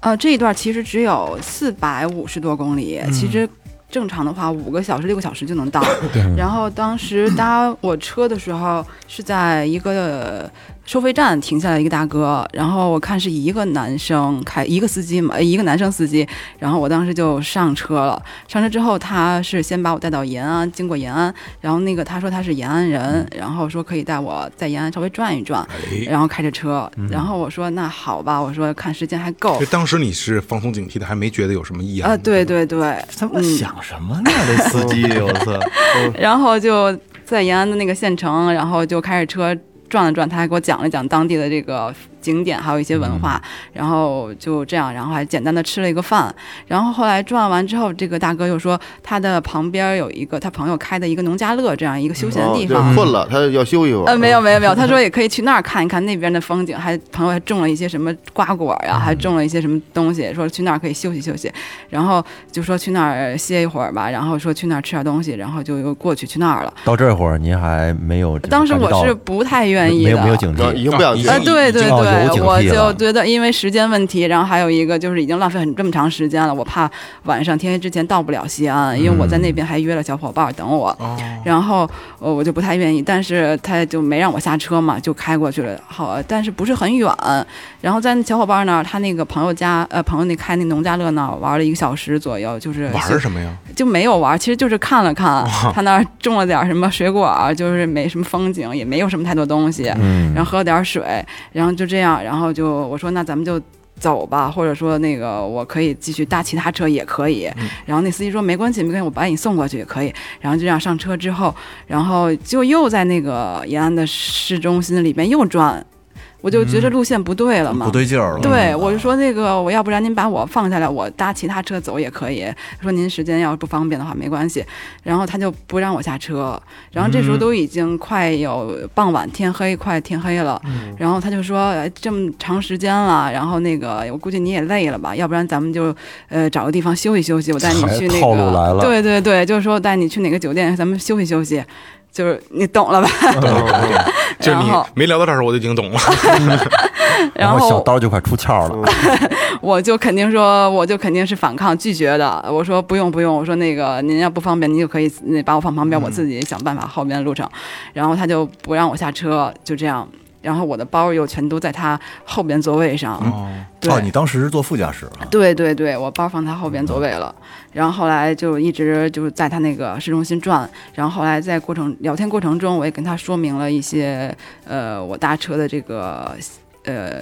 H: 呃，这一段其实只有四百五十多公里，其实正常的话五个小时六个小时就能到。
C: 嗯
H: 然后当时搭我车的时候是在一个收费站停下来一个大哥，然后我看是一个男生开一个司机嘛，呃一个男生司机，然后我当时就上车了。上车之后，他是先把我带到延安，经过延安，然后那个他说他是延安人，然后说可以带我在延安稍微转一转，然后开着车，然后我说那好吧，我说看时间还够
C: 就。当时你是放松警惕的，还没觉得有什么异样
H: 啊，对，对对，
G: 他们想什么呢？这司机，我操！
H: 然后就在延安的那个县城，然后就开着车转了转，他还给我讲了讲当地的这个景点，还有一些文化，
D: 嗯
H: 然后就这样，然后还简单的吃了一个饭，然后后来转完之后，这个大哥又说他的旁边有一个他朋友开的一个农家乐这样一个休闲的
D: 哦，
H: 地
D: 就是
H: 方，
D: 困了，他要休息会儿。
H: 呃，没有没有没有，他说也可以去那儿看一看那边的风景，还朋友还种了一些什么瓜果呀、还
D: 嗯
H: 种了一些什么东西，说去那儿可以休息休息，然后就说去那儿歇一会儿吧，然后说去那儿吃点东西，然后就又过去去那儿了。
F: 到这会儿您还没有这个
H: 当时
F: 感觉到
H: 我是不太愿意
F: 没
H: 的，
F: 有没有警
D: 然后已
F: 惕，
D: 经不想去了。
H: 啊，对对
F: 经哦有
H: 对，
F: 警
H: 我
F: 惕了
H: 就觉得因为时间问题，然后还有一个就是已经浪费很这么长时间了，我怕晚上天黑之前到不了西安，因为我
F: 嗯
H: 在那边还约了小伙伴儿等我，
C: 哦
H: 然后呃我就不太愿意，但是他就没让我下车嘛，就开过去了，好，但是不是很远，然后在那小伙伴儿那儿，他那个朋友家呃朋友那开那农家乐那儿玩了一个小时左右，就是
C: 玩儿什么呀？
H: 就没有玩，其实就是看了看，他那儿种了点儿什么水果儿，就是没什么风景，也没有什么太多东西，然后喝了点儿水，然后就这样，然后就我说那咱们就。走吧，或者说那个我可以继续搭其他车也可以。然后那司机说没关系，没关系，我把你送过去也可以。然后就这样上车之后，然后就又在那个延安的市中心里面又转，我就觉得路线不对了嘛，
G: 不对劲儿了。
H: 对，我就说那个，我要不然您把我放下来，我搭其他车走也可以。说您时间要是不方便的话，没关系。然后他就不让我下车，然后这
F: 嗯
H: 时候都已经快有傍晚天黑，快天黑了。
F: 嗯
H: 然后他就说、哎、这么长时间了，然后那个我估计你也累了吧，要不然咱们就呃找个地方休息休息，我带你去 那
F: 套路来
H: 个，
F: 了
H: 对对对，就是说我带你去哪个酒店，咱们休息休息。就是你懂了吧？
C: 就是你
H: 哦然后哦
C: 没聊到这儿，我就已经懂了。
F: 然
H: 后
F: 小刀就快出鞘
E: 嗯
F: 了，
H: 我就肯定说，我就肯定是反抗拒绝的。我说不用不用，我说那个您要不方便，您就可以那把我放旁边，我自己想办法后面的路程。然后他就不让我下车，就这样。然后我的包又全都在他后边座位上，对、
G: 哦，你当时是坐副驾驶啊？
H: 对对对，我包放他后边座位了，然后后来就一直就是在他那个市中心转，然后后来在过程聊天过程中，我也跟他说明了一些呃我搭车的这个呃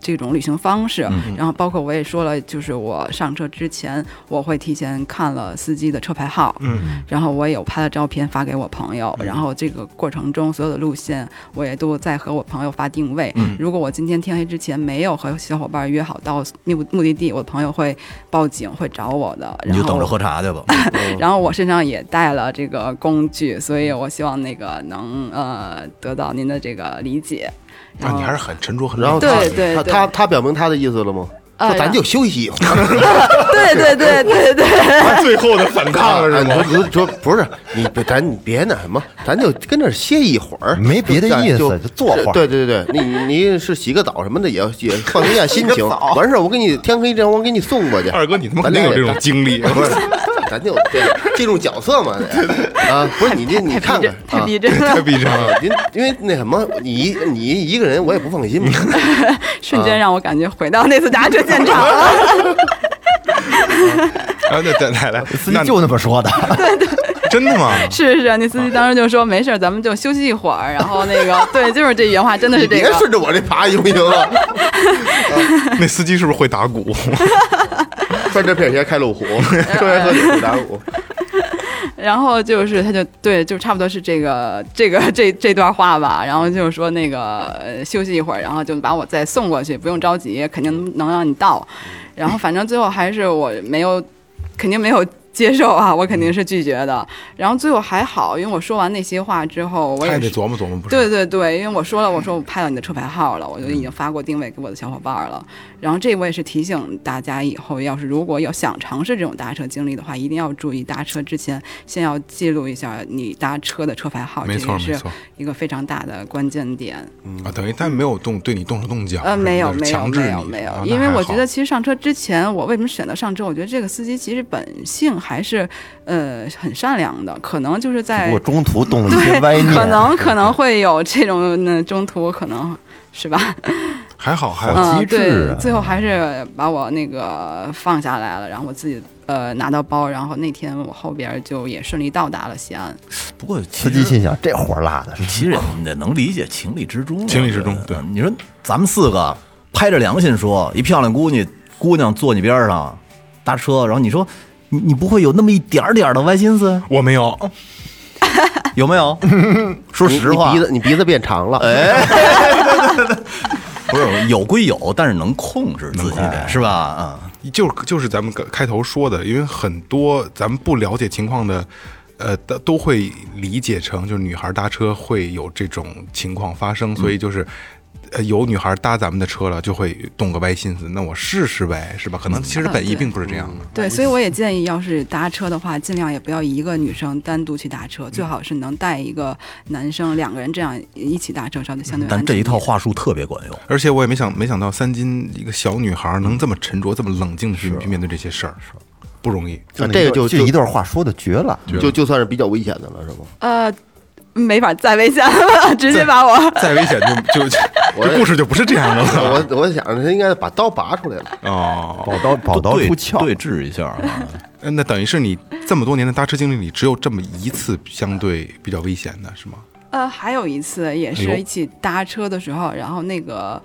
H: 这种旅行方式。
G: 嗯
H: 然后包括我也说了，就是我上车之前我会提前看了司机的车牌号，
C: 嗯，
H: 然后我也有拍了照片发给我朋友，
G: 嗯
H: 然后这个过程中所有的路线我也都在和我朋友发定位。
G: 嗯
H: 如果我今天天黑之前没有和小伙伴约好到目目的地，我朋友会报警会找我的。
G: 你
H: 然
G: 就
H: 后
G: 等着喝茶去吧。
H: 然后我身上也带了这个工具，所以我希望那个能呃得到您的这个理解。
C: 那
H: 然后
C: 啊你还是很沉着，很
D: 然后
C: 冷静
D: 他
H: 对对
D: 他
H: 对
D: 他他表明他的意思了吗？
H: 呃
D: 说咱
H: 然
D: 就休息一会儿。
H: 对对对对对，
C: 最后的反抗了是 吗？
D: 哎你说你说不是，你别咱你别那什么，咱就跟这儿歇一会儿，
F: 没别的意思
D: 就
F: 就坐会儿
D: 对对对，你你是洗个澡什么的，也也放松一下心
E: 洗
D: 情。
E: 个澡
D: 完事儿，我给你天黑之前我给你送过去。
C: 二哥，你他妈肯定有这种经历，
D: 不是，咱就这进入角色嘛，得啊，不是你这你
H: 太
D: 看
H: 逼
D: 看
H: 真，太
D: 啊。
H: 逼真
C: 太
H: 了，
C: 逼真
D: 啊
C: 了。，
D: 您因为那什么，你你一个人我也不放心嘛。
H: 嗯瞬间让我感觉回到那次搭车现场了。
C: 啊，那再来 来，
F: 司
C: 那
F: 机就那么说的，
C: 真的吗？
H: 是是，那司机当时就说没事儿，咱们就休息一会儿。然后那个对，就是这原话，真的是
D: 你
H: 这
D: 别
H: 个。
D: 顺着我这爬行不行啊？
C: 那司机是不是会打鼓？
D: 穿着片鞋开路虎，
H: 嗯
D: 抽烟喝酒打鼓。
H: 然后就是他就对，就差不多是这个这个这这段话吧。然后就是说那个呃休息一会儿，然后就把我再送过去，不用着急，肯定能让你到。然后反正最后还是我没有，肯定没有。接受啊，我肯定是拒绝的。然后最后还好，因为我说完那些话之后，我
C: 他
H: 也
C: 也
H: 是
C: 得琢磨琢磨，不是？嗯
H: 对对对，因为我说了，我说我拍到你的车牌号了，我就已经发过定位给我的小伙伴儿了。然后这我也是提醒大家，以后要是如果要想尝试这种搭车经历的话，一定要注意搭车之前先要记录一下你搭车的车牌号，这
C: 没错
H: 也
C: 没
H: 是
C: 错
H: 一个非常大的关键点。
C: 啊，等于他没有动对你动手动脚，
H: 呃，没有
C: 是吧
H: 没有
C: 强制
H: 没有
C: 你
H: 没
C: 啊
H: 有，
C: 那
H: 因为
C: 还
H: 我
C: 好
H: 觉得其实上车之前，我为什么选择上车？我觉得这个司机其实本性还是呃很善良的，可能就是在
F: 我中途动了一些歪念，
H: 哎可能可能会有这种嗯那中途可能是 吧？
C: 还好还好，
H: 嗯，
F: 机智啊
H: 对，最后还是把我那个放下来了，然后我自己呃拿到包，然后那天我后边就也顺利到达了西 安。
G: 不过其
F: 司机
G: 实
F: 心想这活儿落的是
G: 其实你得能理解，情理之中。
C: 情理之中
G: 我觉
C: 对
G: 得嗯你说咱们四个拍着良心说，一漂亮姑娘姑娘坐你边上搭车，然后你说你你不会有那么一点儿点儿的歪心思，
C: 我没有，
G: 有没有？说
D: 你
G: 实
D: 你
G: 话
D: 鼻，子你鼻子变长了，哎，
G: 不是有归有，但是能控制自己点，是吧？啊、
C: 就是就是咱们开头说的，因为很多咱们不了解情况的，呃，都都会理解成就是女孩搭车会有这种情况发生，所以就是。呃，有女孩搭咱们的车了，就会动个歪心思。那我试试呗，是吧？可能其实本意
H: 嗯对
C: 并不是这样的。
H: 对，所以我也建议，要是搭车的话，尽量也不要一个女生单独去搭车，最好是能带一个男生，两个人这样一起搭车，稍微相
F: 嗯
H: 对安全
G: 但
H: 点。
G: 这一套话术特别管用。
C: 而且我也没想没想到三金一个小女孩能这么沉着、这么冷静的去去面对这些事儿，不容易。
D: 啊这个就
F: 就一段话说的绝了，
D: 就就算是比较危险的了，是 吗？
H: 呃。没法再危险了， 直接把我
C: 再危险就就就
D: 我
C: 这故事就不是这样的了
D: 我我想着他应该把刀拔出来了，
C: 哦。
F: 宝刀宝刀
G: 对
F: 出鞘，
G: 对峙一下啊，
C: 那等于是你这么多年的搭车经历里，只有这么一次相对比较危险的是吗？
H: 呃，还有一次也
C: 哎呦
H: 是一起搭车的时候，然后那个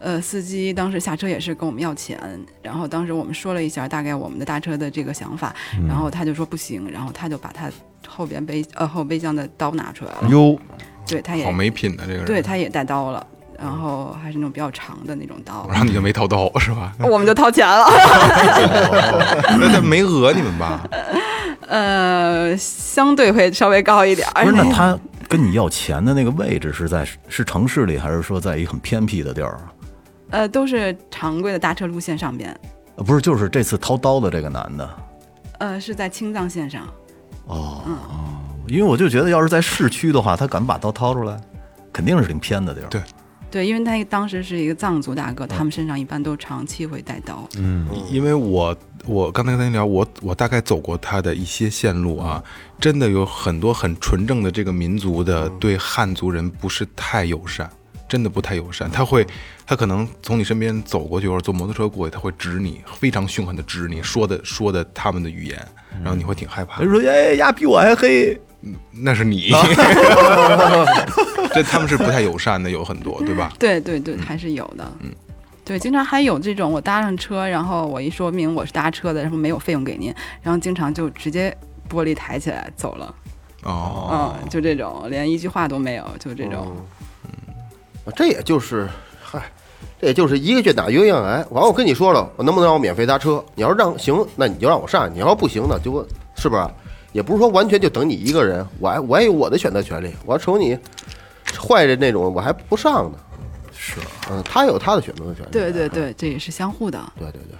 H: 呃司机当时下车也是跟我们要钱，然后当时我们说了一下大概我们的搭车的这个想法，然
C: 嗯
H: 后他就说不行，然后他就把他后边背呃后备箱的刀拿出来了，
F: 哟，
H: 对，他
C: 哎好
H: 也
C: 没品的这个人。啊
H: 对，他也带刀了，然后还是那种比较长的那种刀
C: 然，后你就没掏刀是吧？
H: 我们就掏钱了。
C: 那他没讹你们吧？
H: 呃，相对会稍微高一点儿
G: 不是，那他跟你要钱的那个位置是在是城市里，还是说在一个很偏僻的地儿？
H: 呃都是常规的搭车路线上边，
G: 呃不是，就是这次掏刀的这个男的，
H: 呃是在青藏线上。
G: 因为我就觉得，要是在市区的话，他敢把刀掏出来，肯定是挺偏的地儿。
C: 对
H: 对，因为他当时是一个藏族大哥，他们身上一般都长期会带刀。
C: 因为我我刚才跟您聊，我我大概走过他的一些线路啊，真的有很多很纯正的这个民族的对汉族人不是太友善，真的不太友善。他会，他可能从你身边走过去，或者坐摩托车过去，他会指你，非常凶狠的指你，说的说的他们的语言，然后你会挺害怕
G: 他。说：“哎，呀，比我还黑。
C: 那是 你，这他们是不太友善的，有很多对吧？
H: 对对对，还是有的。对，经常还有这种我搭上车，然后我一说明我是搭车的，然后没有费用给您，然后经常就直接玻璃抬起来走了，
C: 哦，
H: 嗯，就这种，连一句话都没有，就这种。
D: 啊这也就是，嗨，这也就是一个愿打一个愿挨。完，我跟你说了，我能不能让我免费搭车？你要是让行，那你就让我上；你要不行呢，就问是不是？也不是说完全就等你一个人，我还我也有我的选择权利。我要瞅你坏着那种，我还不上呢。是，嗯，他有他的选择权利。
H: 对对对，这也是相互的。
D: 对对对，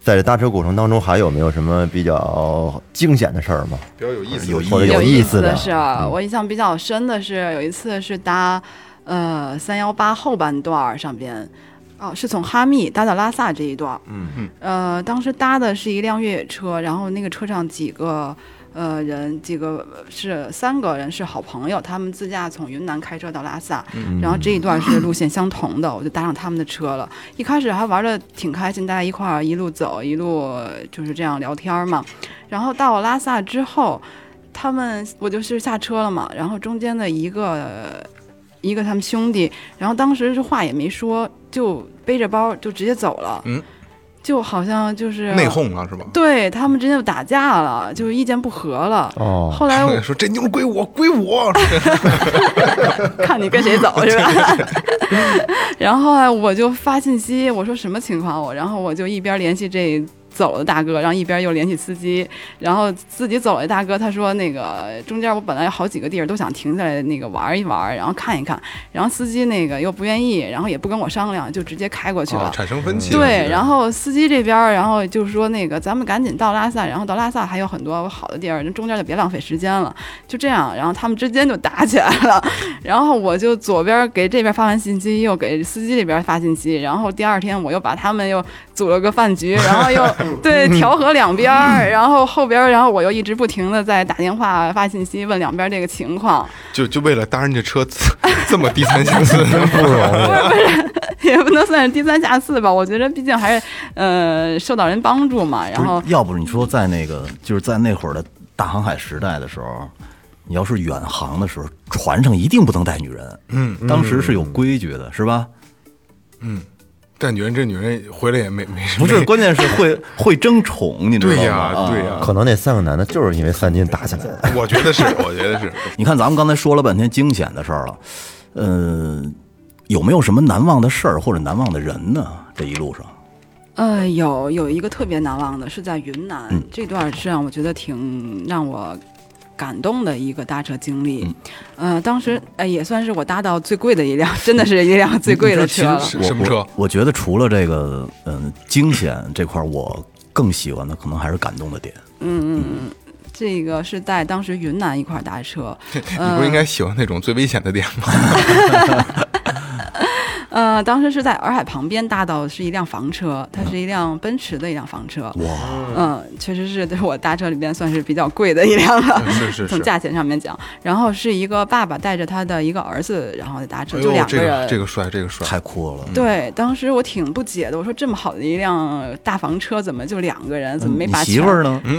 F: 在这搭车过程当中，还有没有什么比较惊险的事儿吗？
C: 比较有意思，
F: 有或者有
H: 意
F: 思
H: 的嗯
F: 的
H: 是，啊我印象比较深的是有一次是搭，呃，三幺八后半段儿上边，哦，是从哈密搭到拉萨这一段，嗯嗯，呃，当时搭的是一辆越野车，然后那个车上几个。呃，人几个是三个人是好朋友，他们自驾从云南开车到拉萨，然后这一段是路线相同的，我就搭上他们的车了。一开始还玩的挺开心，大家一块儿一路走一路就是这样聊天儿嘛。然后到拉萨之后，他们我就是下车了嘛，然后中间的一个一个他们兄弟，然后当时是话也没说，就背着包就直接走了，
C: 嗯，
H: 就好像就是
C: 内，讧啊了是吧？
H: 对他们之间就打架了，就是意见不合了。
F: 哦，
H: 后来我
C: 说这妞儿归我，归 我，
H: 看你跟谁走是吧？ 然后后来我就发信息，我说什么情况我，然后我就一边联系这走的大哥，然后一边又联系司机，然后自己走了的大哥他说那个中间我本来有好几个地儿都想停下来那个玩一玩，然后看一看，然后司机那个又不愿意，然后也不跟我商量，就直接开过去了。
C: 哦产生分歧了。
H: 对，然后司机这边儿，然后就说那个咱们赶紧到拉萨，然后到拉萨还有很多好的地儿，中间就别浪费时间了。就这样，然后他们之间就打起来了。 然后我就左边给这边发完信息，又给司机这边发信息，然后第二天我又把他们又组了个饭局，然后 又对
G: 嗯
H: 调和两边儿，然后后边儿，然后我又一直不停的在打电话发信息问两边这个情况。
C: 就就为了搭人家车， 这么低三下四，真不容易。
H: 也不能算是低三下四吧，我觉得毕竟还是，呃，受到人帮助嘛。然后
G: 不是，要不是你说在那个，就是在那会儿的大航海时代的时候，你要是远航的时候，船上一定不能带女人。嗯，当时是有规矩的，是吧？
C: 但女人这女人回来也没没什么
G: 不是，关键是会会争宠，你知
C: 对
G: 道
C: 呀、
G: 吗？啊
C: 对呀、
F: 可能那三个男的就是因为三金打起来的。
C: 我觉得是，我觉得是。
G: 你看咱们刚才说了半天惊险的事儿了，呃，有没有什么难忘的事儿或者难忘的人呢？这一路上，
H: 呃，有有一个特别难忘的是在云南、
C: 嗯
H: 这段是让我觉得挺让我感动的一个搭车经历。
C: 嗯
H: 呃，当时呃也算是我搭到最贵的一辆，真的是一辆最贵的车了。
C: 嗯是
G: 我
C: 什么车
G: 我？我觉得除了这个，嗯、惊险这块，我更喜欢的可能还是感动的点。
H: 这个是在当时云南一块儿搭车，
C: 你不是应该喜欢那种最危险的点吗？
H: 呃，当时是在洱海旁边搭到的是一辆房车，它是一辆奔驰的一辆房车。哇，嗯，确实是对我搭车里边算是比较贵的一辆了。
C: 嗯是是
H: 从
C: 是。
H: 价钱上面讲，然后是一个爸爸带着他的一个儿子，然后搭 车，
C: 哎
H: 就
C: 呦，
H: 两
C: 这
H: 人。
C: 个这个帅，这个帅，
G: 太酷
C: 嗯
G: 了！
H: 对，当时我挺不解的，我说这么好的一辆大房车，怎么就两个人？怎么没
G: 嗯你
H: 把
G: 媳
H: 全
G: 妇儿 呢？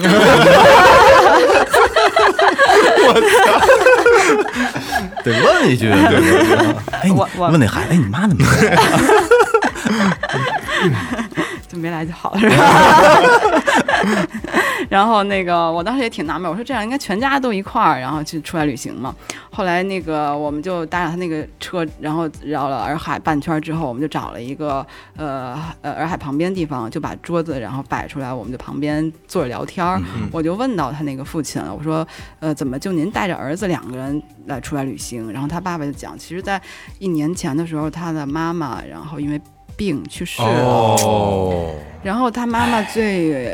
G: 得问一句，啊对对哎，你
H: 我我
G: 问那孩子，哎，你妈怎么来？
H: 就没来就好了，是吧？ 然后那个，我当时也挺纳闷，我说这样应该全家都一块儿，然后去出来旅行嘛。后来那个，我们就搭上他那个车，然后绕了洱海半圈之后，我们就找了一个呃呃洱海旁边地方，就把桌子然后摆出来，我们就旁边坐着聊天儿。我就问到他那个父亲了，我说呃怎么就您带着儿子两个人来出来旅行？然后他爸爸就讲，其实，在一年前的时候，他的妈妈然后因为病去世了。
C: 哦，
H: 然后他妈妈最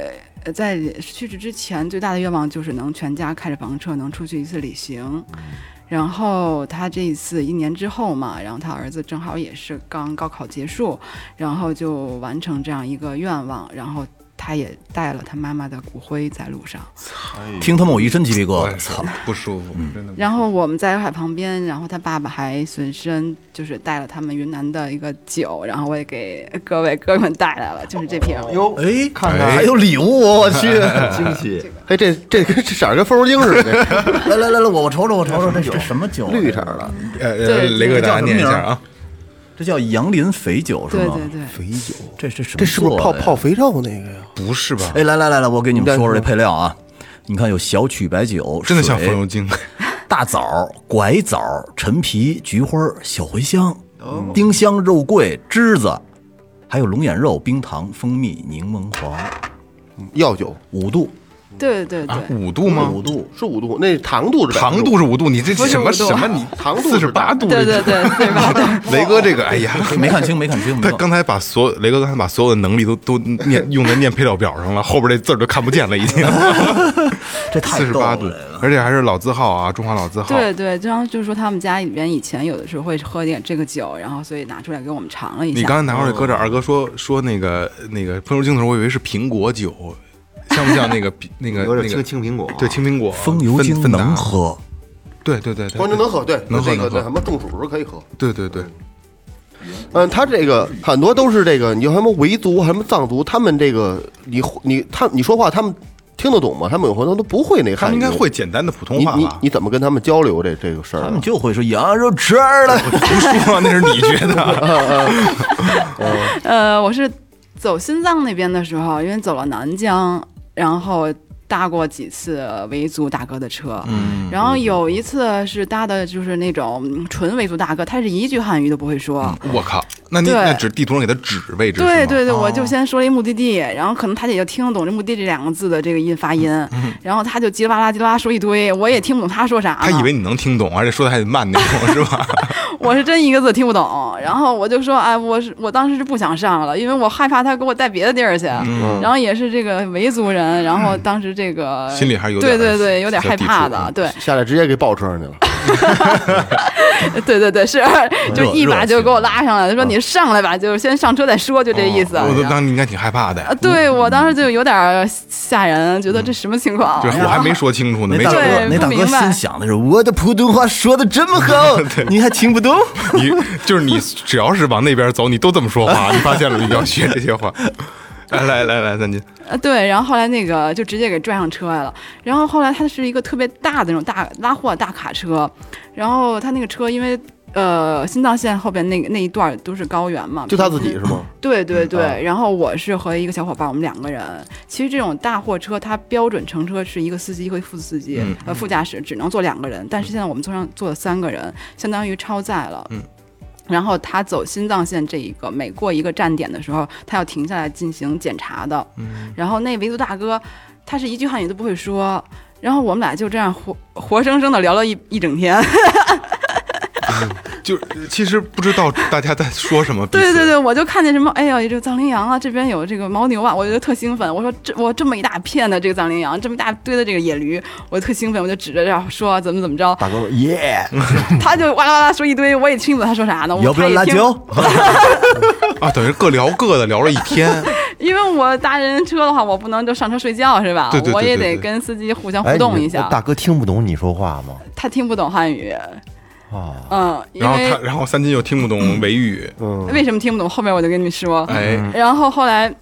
H: 呃在去世之前最大的愿望就是能全家开着房车能出去一次旅行。然后他这一次一年之后嘛，然后他儿子正好也是刚高考结束，然后就完成这样一个愿望，然后他也带了他妈妈的骨灰在路上。
G: 听他们我一身鸡皮疙
C: 我
G: 瘩，
C: 也是
G: 操！
C: 不舒服，真的。
H: 然后我们在海旁边，然后他爸爸还随身就是带了他们云南的一个酒，然后我也给各位哥们带来了，就是这瓶。
E: 哟，
G: 哎，
E: 看
C: 哎
E: 看
G: 还有礼物，啊我去！
E: 惊喜，
D: 嘿，这这跟这色儿跟风油精似的，
G: 来 来来来，我我瞅瞅，我瞅瞅，这这什么酒啊？
D: 绿色儿的。
C: 呃，呃
H: 对
C: 雷哥给大家念一下啊，
G: 这叫杨林肥酒是
H: 对
G: 吗？
H: 对对，
D: 肥酒，
G: 这这什么
D: 这 是不是
G: 做
D: 泡
G: 的呀
D: 泡肥肉那个呀？
C: 不是吧？
G: 哎，来来来来，我给你们说说这配料啊。你看有小曲白酒，
C: 真的像
G: 水
C: 风油精，
G: 大枣、拐枣、陈皮、菊花、小茴香、
H: 哦
G: 丁香、肉桂、栀子，还有龙眼肉、冰糖、蜂蜜、柠檬黄，
D: 药酒
G: 五度，
H: 对对对，
C: 五度吗？
G: 五度。
D: 是五度，那糖度是百分
C: 糖
D: 之五
C: 度是五度，你这
H: 不是
C: 什么
H: 五度
C: 什么 你
D: 糖度
C: 四
D: 是
C: 十八度
H: 对
C: 这
H: 对对，对 吧？
C: 雷哥这个，哎呀，
G: 没看清，没看清，没
C: 他
G: 看
C: 刚才把所有雷哥刚才把所有的能力都都念用在念配料表上了，后边这字儿都看不见了，已经
G: 这太
C: 四十
G: 逗
C: 八度
G: 了。，
C: 而且还是老字号啊，中华老字号。
H: 对对，这样就是说他们家里边以前有的时候会喝点这个酒，然后所以拿出来给我们尝了一
C: 你
H: 下。
C: 刚才拿过来搁这儿，二哥说说那个那个喷出镜头，我以为是苹果酒，像不像那个 苹那个
E: 有
C: 那
E: 点
C: 个
E: 青青苹果，啊
C: 对青苹果
G: 风油
C: 芬
G: 精
C: 芬达
G: 能喝，
C: 对对对对，
D: 光牛能喝，对，
C: 能喝
D: 这
C: 能
D: 个
C: 喝
D: 对什么中暑时候可以喝。
C: 对对对，
D: 嗯，他这个很多都是这个，你就什么维族、什么藏族，他们这个你你他你说话，他们听得懂吗？他们有很多都不会那
C: 他
D: 汉
C: 们
D: 语，
C: 应该会简单的普通
D: 你
C: 话
D: 你
C: 吧？
D: 你怎么跟他们交流这这个事儿
G: 他
D: 啊？
G: 们就会说羊肉吃了。
C: 胡说，那是你觉得？
H: 呃，我是走新藏那边的时候，因为走了南疆，然后搭过几次维族大哥的车，嗯，然后有一次是搭的就是那种嗯纯维族大哥，他是一句汉语都不会说。
C: 我靠，那你
H: 对
C: 那指地图上给他指位嗯置是吗
H: 对对对，
C: 哦
H: 我就先说了一目的地，然后可能他也就听得懂这“目的”这两个字的这个音发音，
C: 嗯
H: 然后他就叽里哇啦叽里哇啦说一堆，我也听不懂他说啥呢。
C: 他以为你能听懂，而且说的还得慢那种，是吧？
H: 我是真一个字听不懂，然后我就说，哎，我是我当时是不想上了，因为我害怕他给我带别的地儿去，
C: 嗯
H: 然后也是这个维族人，然后当时这个、
C: 心里还是有点哎
H: 对对对，有点
C: 小
H: 害
C: 抵
H: 怕
C: 触
H: 的
C: 嗯，
H: 对
D: 下来直接给抱车上去了。
C: 嗯
H: 对对对，是
C: 哎
H: 就一把就给我拉上来了，说你上来吧，就是先上车再说，就这意思。啊
C: 哦我都
H: 然后
C: 当时应该挺害怕的
H: 啊，，对我当时就有点吓人，觉得这什么情况？啊
C: 就是我还没说清楚呢，
G: 那
C: 没
G: 大
C: 说
G: 哥，
H: 对
G: 那大
H: 不
G: 哥
H: 明白
G: 心想的是，我的普通话说的这么 好，你还听不懂？
C: 你就是你，只要是往那边走，你都这么说话，你发现了吗？你要学这些 话。来来来来，三金，
H: 呃，对，然后后来那个就直接给拽上车来了。然后后来它是一个特别大的那种大拉货大卡车，然后它那个车因为呃新藏线后边那个那一段都是高原嘛，
D: 就他自己是
C: 嗯
D: 吗？
H: 对对对，
D: 啊
H: 然后我是和一个小伙伴，我们两个人。其实这种大货车，它标准乘车是一个司机和副司机，呃，副驾驶只能坐两个人，但是现在我们坐上坐了三个人，相当于超载了。嗯。然后他走新藏线这一个，每过一个站点的时候，他要停下来进行检查的。嗯。然后那维族大哥，他是一句汉语都不会说，然后我们俩就这样活活生生的聊了一一整天。
C: 就其实不知道大家在说什么。彼
H: 对
C: 此
H: 对对，我就看见什么，哎呀，这个藏羚羊啊，这边有这个牦牛啊，我就特兴奋。我说这我这么一大片的这个藏羚羊，这么一大堆的这个野驴，我就特兴奋，我就指着这样说怎么怎么着，
F: 大哥说耶，
H: 他就哇啦哇啦说一堆，我也听不懂他说啥呢。我
G: 要不要
H: 他也
G: 辣
H: 听
G: 椒？
C: 啊，等于各聊各的，聊了一天。
H: 因为我搭人车的话，我不能就上车睡觉是吧？
C: 对对对
H: 我也
C: 对对对
H: 得跟司机互相
F: 哎，
H: 互动
F: 你
H: 一下。
F: 大哥听不懂你说话吗？
H: 他听不懂汉语，
F: 啊，
H: 嗯，因
C: 然后
H: 为
C: 他，然后三金又听不懂维语，
H: 为什么听不懂？后面我就跟你说。
C: 哎，
H: 然后后来，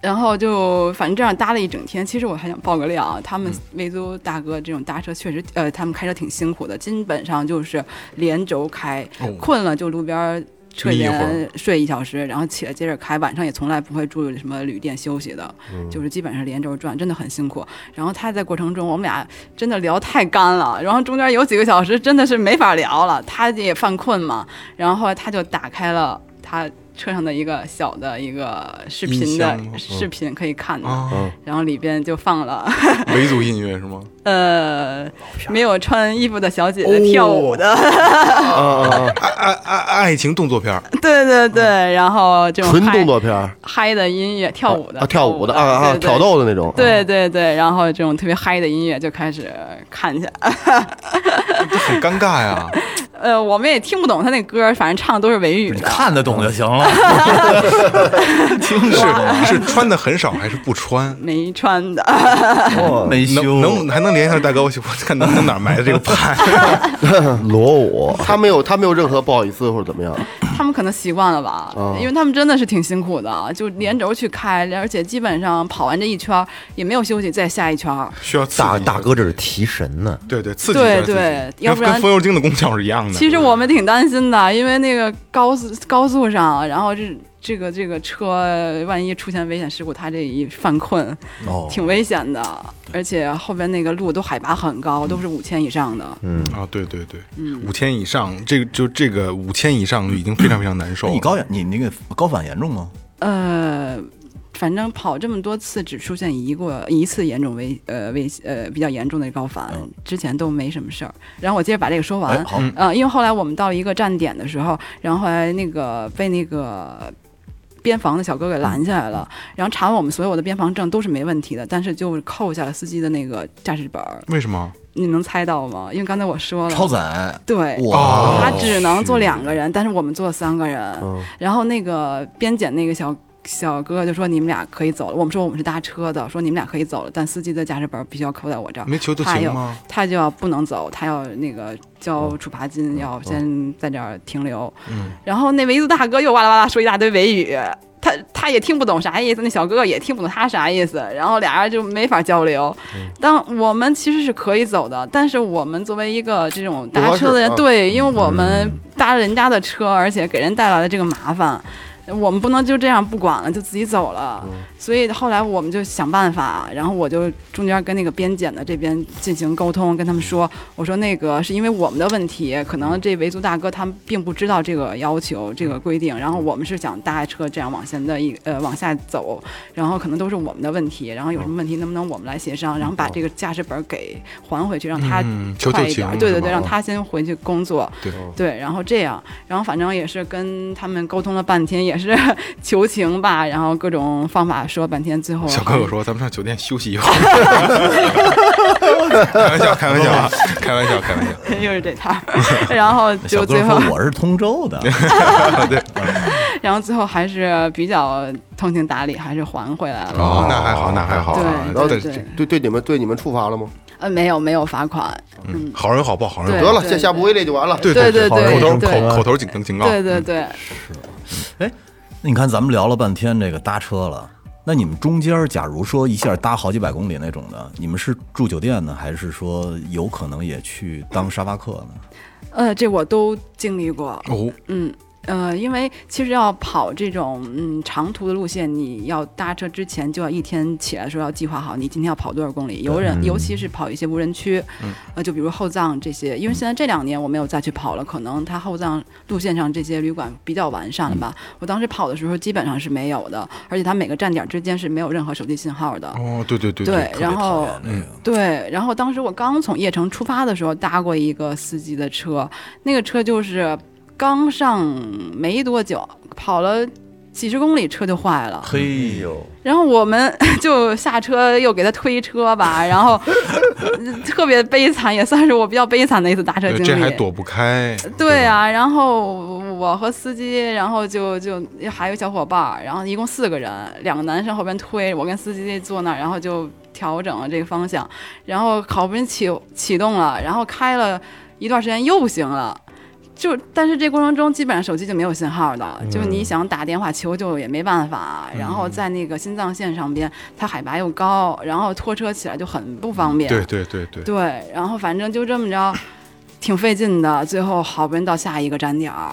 H: 然后就反正这样搭了一整天。其实我还想爆个料啊，他们维族大哥这种搭车确实，呃，他们开车挺辛苦的，基本上就是连轴开，困了就路边儿车
C: 眯一会
H: 间
C: 儿
H: 睡一小时，然后起来接着开，晚上也从来不会住什么旅店休息的，就是基本上连轴转，真的很辛苦。然后他在过程中，我们俩真的聊太干了，然后中间有几个小时真的是没法聊了，他也犯困嘛，然后后来他就打开了他车上的一个小的一个视频
C: 音
H: 的
C: 箱吗嗯
H: 视频可以看的，
C: 啊，
H: 然后里边就放了
C: 维族音乐是吗？
H: 呃没有穿衣服的小姐姐跳
D: 哦
H: 舞的，
C: 爱爱爱爱情动作片儿，
H: 对对对，然后这
D: 啊
H: 种
D: 纯
H: 嗨
D: 动作片儿
H: 嗨的音乐，跳舞的
D: 啊，跳舞的啊
H: 对
D: 啊，
H: 对
D: 挑逗的那种。
H: 对对对，然后这种特别嗨的音乐就开始看起来，
C: 这很尴尬 呀。
H: 呃，我们也听不懂他那歌，反正唱的都是维语
G: 你
H: 的。
G: 看得懂就行了。
C: 是是穿的很少还是不穿？
D: 嗯
H: 没穿的，
G: 没
C: 能
G: 修，
C: 能还能联系上大哥，我去我看能从哪儿埋的这个盘。
F: 裸舞
D: 他没有，他没有任何不好意思或者怎么样，
H: 他们可能习惯了吧，
G: 啊
H: 因为他们真的是挺辛苦的，啊
G: 嗯
H: 就连轴去开，而且基本上跑完这一圈儿也没有休息，再下一圈儿。
C: 需要刺激
E: 大
C: 一下
E: 大哥这是提神呢，
C: 对对，刺激一下
H: 对
C: 自己
H: 对
C: 跟
H: 要不然
C: 跟风油精的功效是一
G: 嗯
C: 样的。
H: 其实我们挺担心的，因为那个高速高速上，然后这这个这个车万一出现危险事故，他这一犯困
G: 哦，
H: 挺危险的，而且后边那个路都海拔很高，都是五千以上的。
G: 嗯
C: 啊，对对对，五千以上，这个就这个五千以上已经非常非常难受
G: 那
C: 了。
G: 你高眼，你那个高反严重吗？
H: 呃，反正跑这么多次，只出现一个一次严重危呃危呃比较严重的高反，之前都没什么事儿。然后我接着把这个说完。
G: 嗯哎，好，
H: 呃，因为后来我们到一个站点的时候，然后后来那个被那个。边防的小哥给拦下来了，然后查完我们所有的边防证都是没问题的，但是就扣下了司机的那个驾驶本儿。
C: 为什么？
H: 你能猜到吗？因为刚才我说了，
G: 超载，
H: 对，
C: 哦
G: 哇，
H: 哎哦
G: 哦
H: 他只能坐两个人，但是我们坐三个人。
C: 嗯
H: 然后那个边检那个小小哥哥就说：“你们俩可以走了。”我们说我们是搭车的，说你们俩可以走了，但司机的驾驶本必须要扣在我这儿。
C: 没求就
H: 他
C: 行
H: 有
C: 吗？
H: 他就要不能走，他要那个交处罚金，要先在这儿停留。
C: 哦嗯
H: 然后那维族大哥又哇啦哇啦说一大堆维语，他他也听不懂啥意思，那小哥哥也听不懂他啥意思，然后俩人就没法交流。当我们其实是可以走的，但是我们作为一个这种搭车的人，
D: 模式啊
H: 对，因为我们搭人家的车，而且给人带来了这个麻烦。我们不能就这样不管了，就自己走了。
C: 嗯
H: 所以后来我们就想办法，然后我就中间跟那个边检的这边进行沟通，跟他们说，我说那个是因为我们的问题，可能这维族大哥他们并不知道这个要求、这个规定，然后我们是想搭车这样往前的一呃往下走，然后可能都是我们的问题，然后有什么问题能不能我们来协商，然后把这个驾驶本给还回去，让他
C: 嗯求
H: 快
C: 求
H: 一点，
C: 情，
H: 对
C: 是
H: 对
C: 吧
H: 对，让他先回去工作，
C: 对
G: 哦
H: 对，然后这样，然后反正也是跟他们沟通了半天，也是 求情吧，然后各种方法说半天，最后
C: 小哥哥说：“咱们上酒店休息一会 儿。”开玩笑，开玩笑啊，
G: 哦
C: 开玩笑，开玩笑。
H: 又是这 套儿，然后就
G: 小哥
H: 最后
G: 说，我是通州 的，
H: 然后最后还是比较通情达理，还是还回来了。
C: 哦，那还好，那还好啊。
H: 对
C: 但
H: 对
C: 是
H: 对，
D: 对对，你们对你们处罚了吗？
H: 呃，没有没有罚款，
C: 嗯好人好报，好人好
H: 对
C: 报
D: 得了，
H: 对
D: 下下不为例就完了。
C: 对
H: 对
C: 对
H: 对
C: 好
H: 对
C: 口头
H: 对
C: 口口头警警告。
H: 对对对，
G: 那你看，咱们聊了半天这个搭车了，那你们中间儿假如说一下搭好几百公里那种的，你们是住酒店呢，还是说有可能也去当沙发客呢？
H: 呃，这我都经历过，
C: 哦，
H: 嗯。呃，因为其实要跑这种嗯长途的路线，你要搭车之前就要一天起来说要计划好你今天要跑多少公里。游人，尤其是跑一些无人区，呃，就比如后藏这些，因为现在这两年我没有再去跑了，可能它后藏路线上这些旅馆比较完善了吧。我当时跑的时候基本上是没有的，而且它每个站点之间是没有任何手机信号的。
C: 哦，对对对
G: 特
H: 对，
G: 别
H: 然后
G: 讨厌那个
H: 对，然后当时我刚从叶城出发的时候，搭过一个司机的车，那个车就是刚上没多久，跑了几十公里，车就坏了。
G: 嘿呦，
H: 然后我们 就下车又给他推车吧，然后 特别悲惨，也算是我比较悲惨的一次搭车
C: 对
H: 经历。
C: 这还躲不开。
H: 对啊，然后我和司机，然后就就还有小伙伴儿，然后一共四个人，两个男生后边推，我跟司机坐那儿，然后就调整了这个方向，然后好不容易启启动了，然后开了一段时间又不行了。就但是这过程中基本上手机就没有信号的，就是你想打电话求救也没办法。然后在那个新藏线上边，它海拔又高，然后拖车起来就很不方便。
C: 对对对对对，
H: 对，然后反正就这么着，挺费劲的。最后好不容易到下一个站点儿，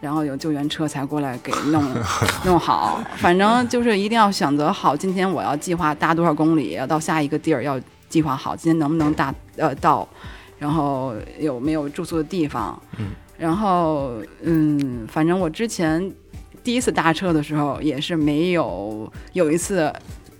H: 然后有救援车才过来给弄弄好。反正就是一定要选择好，今天我要计划搭多少公里，要到下一个地儿要计划好，今天能不能搭呃到，然后有没有住宿的地方。
C: 嗯
H: 然后嗯，反正我之前第一次搭车的时候也是没有，有一次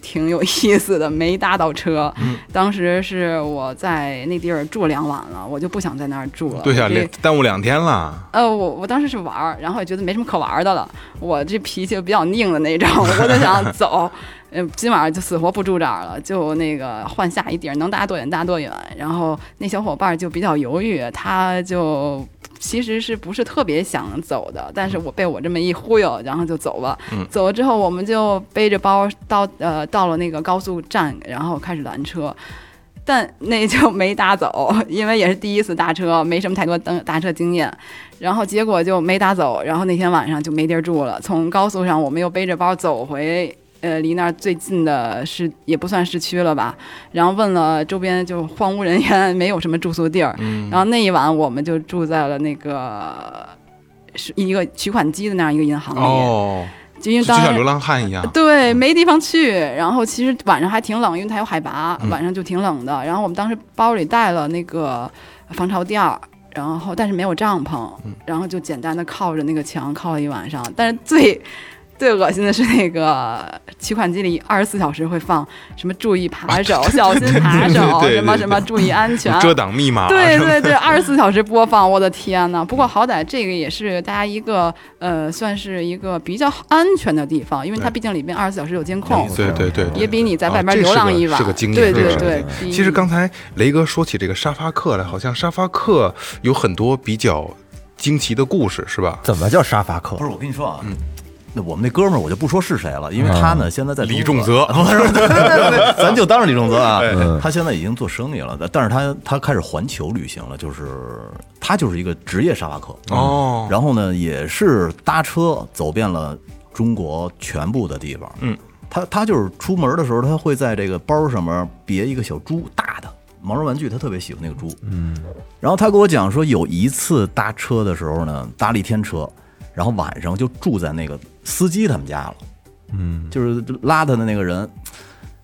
H: 挺有意思的，没搭到车。
C: 嗯
H: 当时是我在那地儿住两晚了，我就不想在那儿住了。
C: 对呀，
H: 我这
C: 连耽误两天了。
H: 呃，我我当时是玩儿，然后也觉得没什么可玩儿的了。我这脾气比较拧的那种，我就想走， 嗯、今晚就死活不住这儿了，就那个换下一地儿，能搭多远搭多远。然后那小伙伴就比较犹豫，他就其实是不是特别想走的，但是我被我这么一忽悠，然后就走了。走了之后，我们就背着包到呃到了那个高速站，然后开始拦车。但那就没打走，因为也是第一次搭车，没什么太多登搭车经验，然后结果就没打走，然后那天晚上就没地儿住了，从高速上我们又背着包走回。呃，离那儿最近的市也不算市区了吧，然后问了周边就荒无人烟，没有什么住宿地儿，然后那一晚我们就住在了那个是一个取款机的那样一个银行里，
C: 哦，
H: 就因
C: 就
H: 为当
C: 像
H: 时
C: 流浪汉一样，
H: 对，没地方去。然后其实晚上还挺冷，因为它有海拔，
C: 嗯
H: 晚上就挺冷的。然后我们当时包里带了那个防潮垫儿，然后但是没有帐篷，
C: 嗯
H: 然后就简单的靠着那个墙靠了一晚上。但是最最恶心的是那个取款机里二十四小时会放什么注意扒手、小心扒手，
C: 啊对对对
H: 什么什么注意安全，
C: 遮挡密码，
H: 啊对对 对，二十四小时播放，我的天呐！不过好歹这个也是大家一个呃，算是一个比较安全的地方，因为它
C: 对
H: 毕竟里面二十四小时有监控，
C: 对对对对
H: 也比你在
C: 啊
H: 外边
C: 这
H: 流
C: 是
H: 浪
C: 个
H: 一晚
C: 是个经验
H: 对
C: 这
H: 对
C: 是个
H: 对。比
C: 其实刚才雷哥说起这个沙发客来，好像沙发客有很多比较惊奇的故事，是吧？
F: 怎么叫沙发客
G: 不？是，我跟你说啊，那我们那哥们儿我就不说是谁了，因为他呢现在在
C: 嗯李
G: 中
C: 仲 泽
G: 咱就当是李仲泽啊
C: 哎，
G: 他现在已经做生意了，但但是他他开始环球旅行了，就是他就是一个职业沙发客
C: 哦
G: 然后呢也是搭车走遍了中国全部的地方，
C: 嗯，
G: 他他就是出门的时候，他会在这个包上面别一个小猪，大的毛绒玩具，他特别喜欢那个猪，嗯，然后他跟我讲说有一次搭车的时候呢，搭了一天车，然后晚上就住在那个司机他们家了。就是拉他的那个人，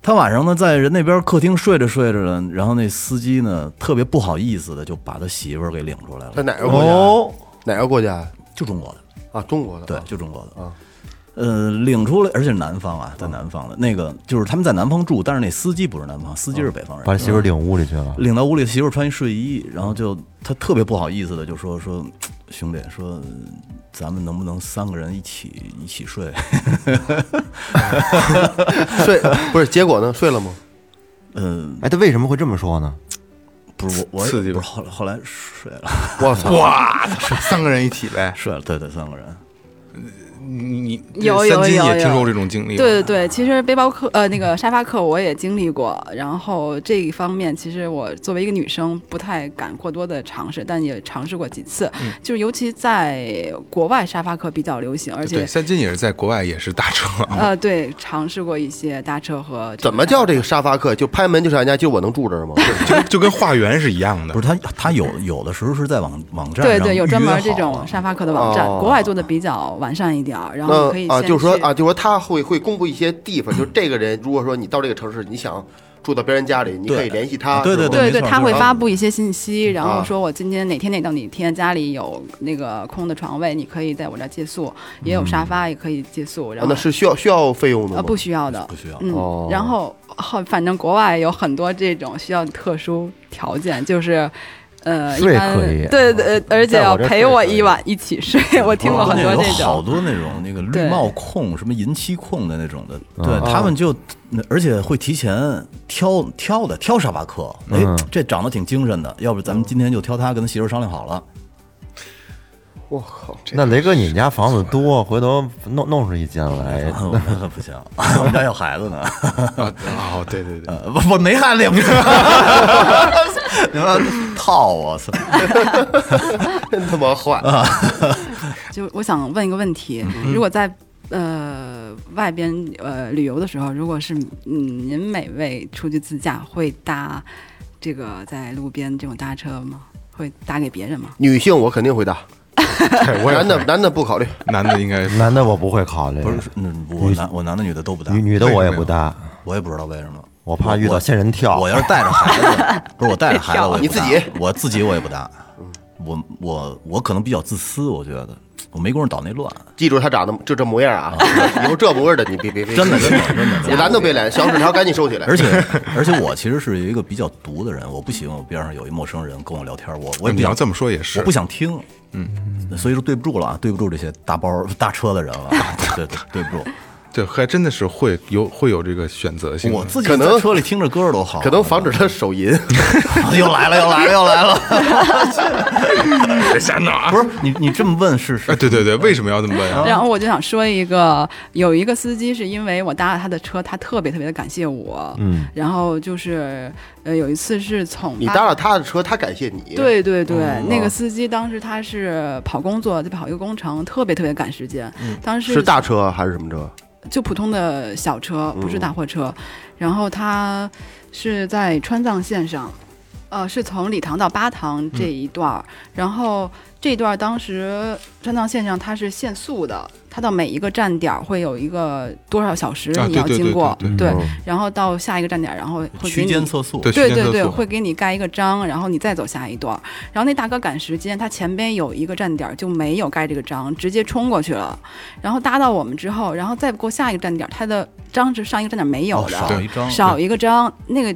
G: 他晚上呢在人那边客厅睡着睡着呢，然后那司机呢特别不好意思的就把他媳妇儿给领出来
D: 在
G: 了，
D: 哪个国家？
F: 哦
D: 哪个国家？
G: 就中国的，
D: 啊，中国的。
G: 对
D: 啊，
G: 就中国的呃，领出来，而且是南方啊，在南方的那个就是他们在南方住，但是那司机不是南方，司机是北方人，
F: 把媳妇儿领屋里去了，
G: 领到屋里，媳妇儿穿一睡衣，然后就他特别不好意思的就说说，兄弟，说咱们能不能三个人一起一起睡？
D: 睡 不是？结果呢？睡了吗？
G: 嗯、
F: 哎，他为什么会这么说呢？
G: 不是我我也
C: 刺激吧
G: 不是后来后来睡了
D: 我操！
C: 哇，三个人一起呗，
G: 睡了，对对，三个人。
C: 你你
H: 有
C: 三
H: 有
C: 金
H: 有
C: 也听
H: 有
C: 说过这种经历，
H: 对对，对，其实背包客呃那个沙发客我也经历过，然后这一方面其实我作为一个女生不太敢过多的尝试，但也尝试过几次，
C: 嗯
H: 就是尤其在国外沙发客比较流行，而且
C: 对，三金也是在国外也是搭车，
H: 呃对尝试过一些搭车和
D: 怎么叫这
H: 个
D: 个沙发客？就拍门就上人家，就我能住这儿吗？
C: 就就跟化缘是一样的
G: 不。是他，他有有的时候是在网网站
H: 对
G: 上
H: 对，有专门
G: 预约
H: 这
G: 好啊
H: 种
G: 了
H: 沙发客的网站，
D: 哦
H: 国外做的比较完善一点儿， 然后
D: 那
H: 可以
D: 啊，
H: 先
D: 就是说
H: 去
D: 啊，，就是说他会会公布一些地方，就是这个人，如果说你到这个城市，你想住到别人家里，你可以
G: 对
D: 联系他。
G: 对
D: 是吗
G: 对
H: 对
G: 没
H: 对，
G: 错
H: 他
G: 就是
H: 会
G: 说
H: 发布一些信息，然
D: 啊
H: 后说我今天哪天哪到哪天家里有那个空的床位，你可以在我这儿借宿，也有沙发也可以借宿，
D: 啊
H: 然后
D: 那是需要需要费用的吗？
H: 啊不需要的，
G: 不需要
D: 哦
H: 嗯，然后后反正国外有很多这种需要特殊条件，就是。呃，一
F: 睡
H: 般
F: 可以
H: 对对，而且
F: 在我
H: 要
F: 这儿
H: 陪
F: 睡
H: 我
F: 可以
H: 一晚一起睡，我听过
G: 国
H: 很
G: 内
H: 多
G: 有
H: 这
G: 哦好
H: 种。
G: 多那种那个绿
H: 对
G: 帽控、什么银漆控的那种的，
F: 嗯啊
G: 对他们就，而且会提前挑挑的挑沙发客，哎，
F: 嗯
G: 这长得挺精神的，要不咱们今天就挑他，跟他媳妇儿商量好了。
D: 我靠！
F: 那雷哥，你们家房子多，回头弄弄出一间来。
G: 我们
F: 嗯
G: 可不行，我们家有孩子呢，
C: 啊哦，对对对，
G: 呃不我没孩子也不行， 你们套 我操！
D: 真他妈坏！
H: 就我想问一个问题，
D: 嗯
H: 如果在呃外边呃旅游的时候，如果是嗯您每位出去自驾会搭这个在路边这种搭车吗？会搭给别人吗？
D: 女性我肯定回 答，
C: 对我也
D: 男的男的不考虑。
C: 男的应该
F: 男的我不会考虑，
G: 不是，嗯我男我男的女的都不搭
F: 女，女的我也不搭，
G: 我也不知道为什么。
F: 我怕遇到仙人跳。
G: 我要是带着 孩子，不是我带着孩子，我也不搭
D: 你自己，
G: 我自己我也不搭。我我我可能比较自私，我觉得我没工夫捣那乱。
D: 记住他长得就这模样啊， 以后这模样的你别别别，
G: 真的真的真 的，
D: 咱都别来，小纸条赶紧收起来。
G: 而且而且我其实是一个比较毒的人，我不喜欢我边上有一陌生人跟我聊天，我我也不
C: 你要
G: 想
C: 这么说也是，
G: 我不想听。嗯，所以说对不住了啊，对不住这些大包大车的人了啊，对对对不住。
C: 对，还真的是会有会有这个选择性的。
G: 我自己
D: 可能
G: 在车里听着歌都好，啊
D: 可能防止他手淫。
G: 又来了，又来了，又来了。
C: 别瞎闹啊！
G: 不是你，你这么问是
C: 哎，
G: 是，
C: 对对对，为什么要这么问啊？
H: 然后我就想说一个，有一个司机是因为我搭了他的车，他特别特别的感谢我。嗯，然后就是呃，有一次是从
D: 你
H: 巴
D: 搭了他的车，他感谢你。，
H: 对对对，
D: 嗯
H: 那
D: 哦
H: 个司机当时他是跑工作，在跑一个工程，特别特别赶时间。当时
D: 嗯是大车啊还是什么车？
H: 就普通的小车，
C: 嗯
H: 不是大货车。然后他是在川藏线上，呃，是从理塘到巴塘这一段儿。然后这一段儿当时川藏线上它是限速的，它到每一个站点儿会有一个多少小时
C: 啊
H: 你
C: 对
H: 要
C: 对
H: 经
C: 对
H: 过，
C: 对
H: 对然后到下一个站点儿，然后会给
G: 区间
H: 你
G: 测速，
C: 对
H: 对
C: 区间
H: 对
C: 测
H: 对，
C: 速
H: 会给你盖一个章，然后你再走下一段儿。然后那大哥赶时间，他前边有一个站点儿就没有盖这个章，直接冲过去了。然后搭到我们之后，然后再过下一个站点儿，他的章是上一个站点儿没有
G: 哦
H: 的，
G: 少一张，
H: 少一个章，那个。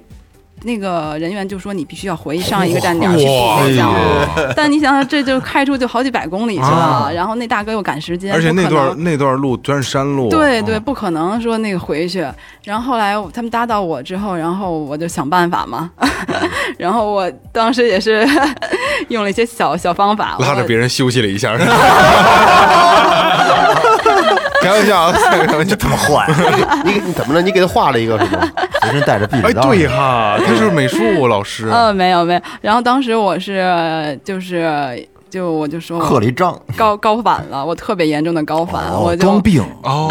H: 那个人员就说你必须要回上一个站点儿去
C: 哇哎
H: 补一下，但你想想，这就开出就好几百公里去了，然后那大哥又赶时间，
C: 啊而且
H: 不可
C: 那段
H: 能
C: 那段路全是山路，
H: 对对，
C: 啊，
H: 不可能说那个回去。然后后来他们搭到我之后，然后我就想办法嘛。
C: 嗯
H: 然后我当时也是 用了一些小小方法，
C: 拉着
H: 我
C: 别人休息了一 下。开玩笑啊，开玩笑。
G: 这么坏，
D: 你你怎么了？你给他画了一个是吗？
F: 随身带 着避
C: 哎，
F: 孕套。
C: 对哈，他是美术老师，
H: 呃，没有没有。然后当时我是就是就我就说我
F: 刻了一张，
H: 高高反了，我特别严重的高反，
G: 哦
H: 我就
G: 装病，
C: 哦，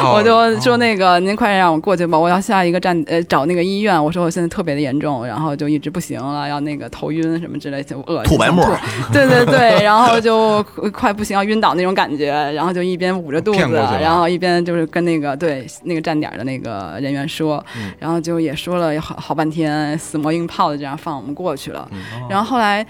G: 哦
H: 我就说那个，您快让我过去吧，我要下一个站，呃，找那个医院。我说我现在特别的严重，然后就一直不行了，要那个头晕什么之类，就饿，
G: 吐白沫
H: 想吐对对对，然后就快不行，要晕倒那种感觉，然后就一边捂着肚子，
C: 骗过去了
H: 然后一边就是跟那个对那个站点的那个人员说，
C: 嗯
H: 然后就也说了好好半天，死磨硬泡的这样放我们过去了。
C: 嗯
H: 然后后来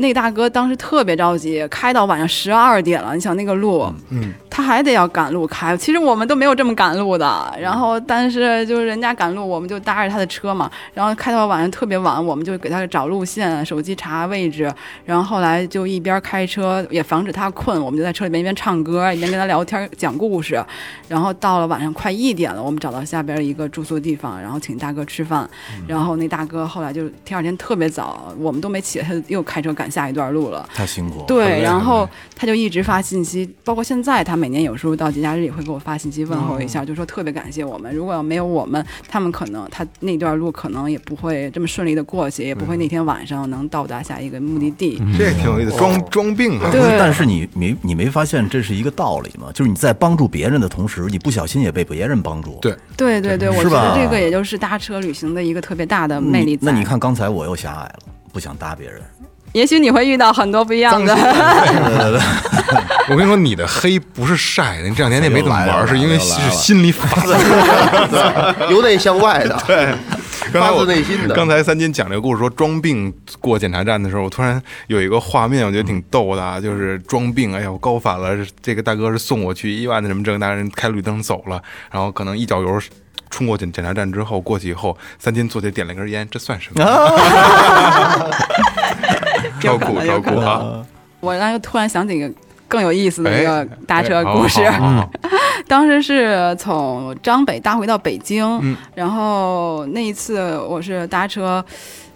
H: 那大哥当时特别着急，开到晚上十二点了，你想那个路，
C: 嗯，
H: 他还得要赶路开。其实我们都没有这么赶路的，
C: 嗯
H: 然后但是就是人家赶路，我们就搭着他的车嘛，然后开到晚上特别晚，我们就给他找路线，手机查位置，然后后来就一边开车也防止他困，我们就在车里边一边唱歌一边跟他聊天讲故事，然后到了晚上快一点了，我们找到下边一个住宿地方，然后请大哥吃饭，然后那大哥后来就第二天特别早，我们都没起来，他就又开车赶下一段路了。
G: 太辛苦了。
H: 对，然后他就一直发信息，包括现在，他每年有时候到节假日也会给我发信息问候一下，就说特别感谢我们。如果要没有我们，他们可能他那段路可能也不会这么顺利的过去，也不会那天晚上能到达下一个目的地。
C: 这也挺有意思，
H: 哦
C: 装装病啊，
H: 对
G: 但是你没你没发现这是一个道理吗？就是你在帮助别人的同时，你不小心也被别人帮助。
C: 对
H: 对对对，我
G: 是
H: 觉
G: 吧
H: 得这个也就是搭车旅行的一个特别大的
G: 你，
H: 魅
C: 嗯
H: 力在。
G: 那你，看刚才我又狭隘了，不想搭 别人。
H: 也许你会遇到很多不一样的。
C: 我跟你说，你的黑不是晒的，你这两天也没怎么
G: 又来
C: 玩，
G: 了
C: 是因为
G: 又来
C: 是
G: 了
C: 心里发的。
D: 由内向外的，对，
C: 刚才
D: 发
C: 我
D: 自内心的。
C: 刚才三金讲这个故事说装病过检查站的时候，我突然有一个画面，我觉得挺逗的，啊，就是装病，哎呀，我高反了，这个大哥是送我去医院的什么这个大人开绿灯走了，然后可能一脚油。冲过检检查站之后，过去以后，三金坐起来点了根烟，这算什么？超
H: 有可
C: 酷
H: 能
C: 超
H: 有可
C: 酷
H: 能
C: 啊！
H: 我刚又突然想起一个更有意思的一个
C: 哎
H: 搭车
C: 哎好
H: 故事。
C: 好好好
H: 当时是从张北搭回到北京，
C: 嗯
H: 然后那一次我是搭车，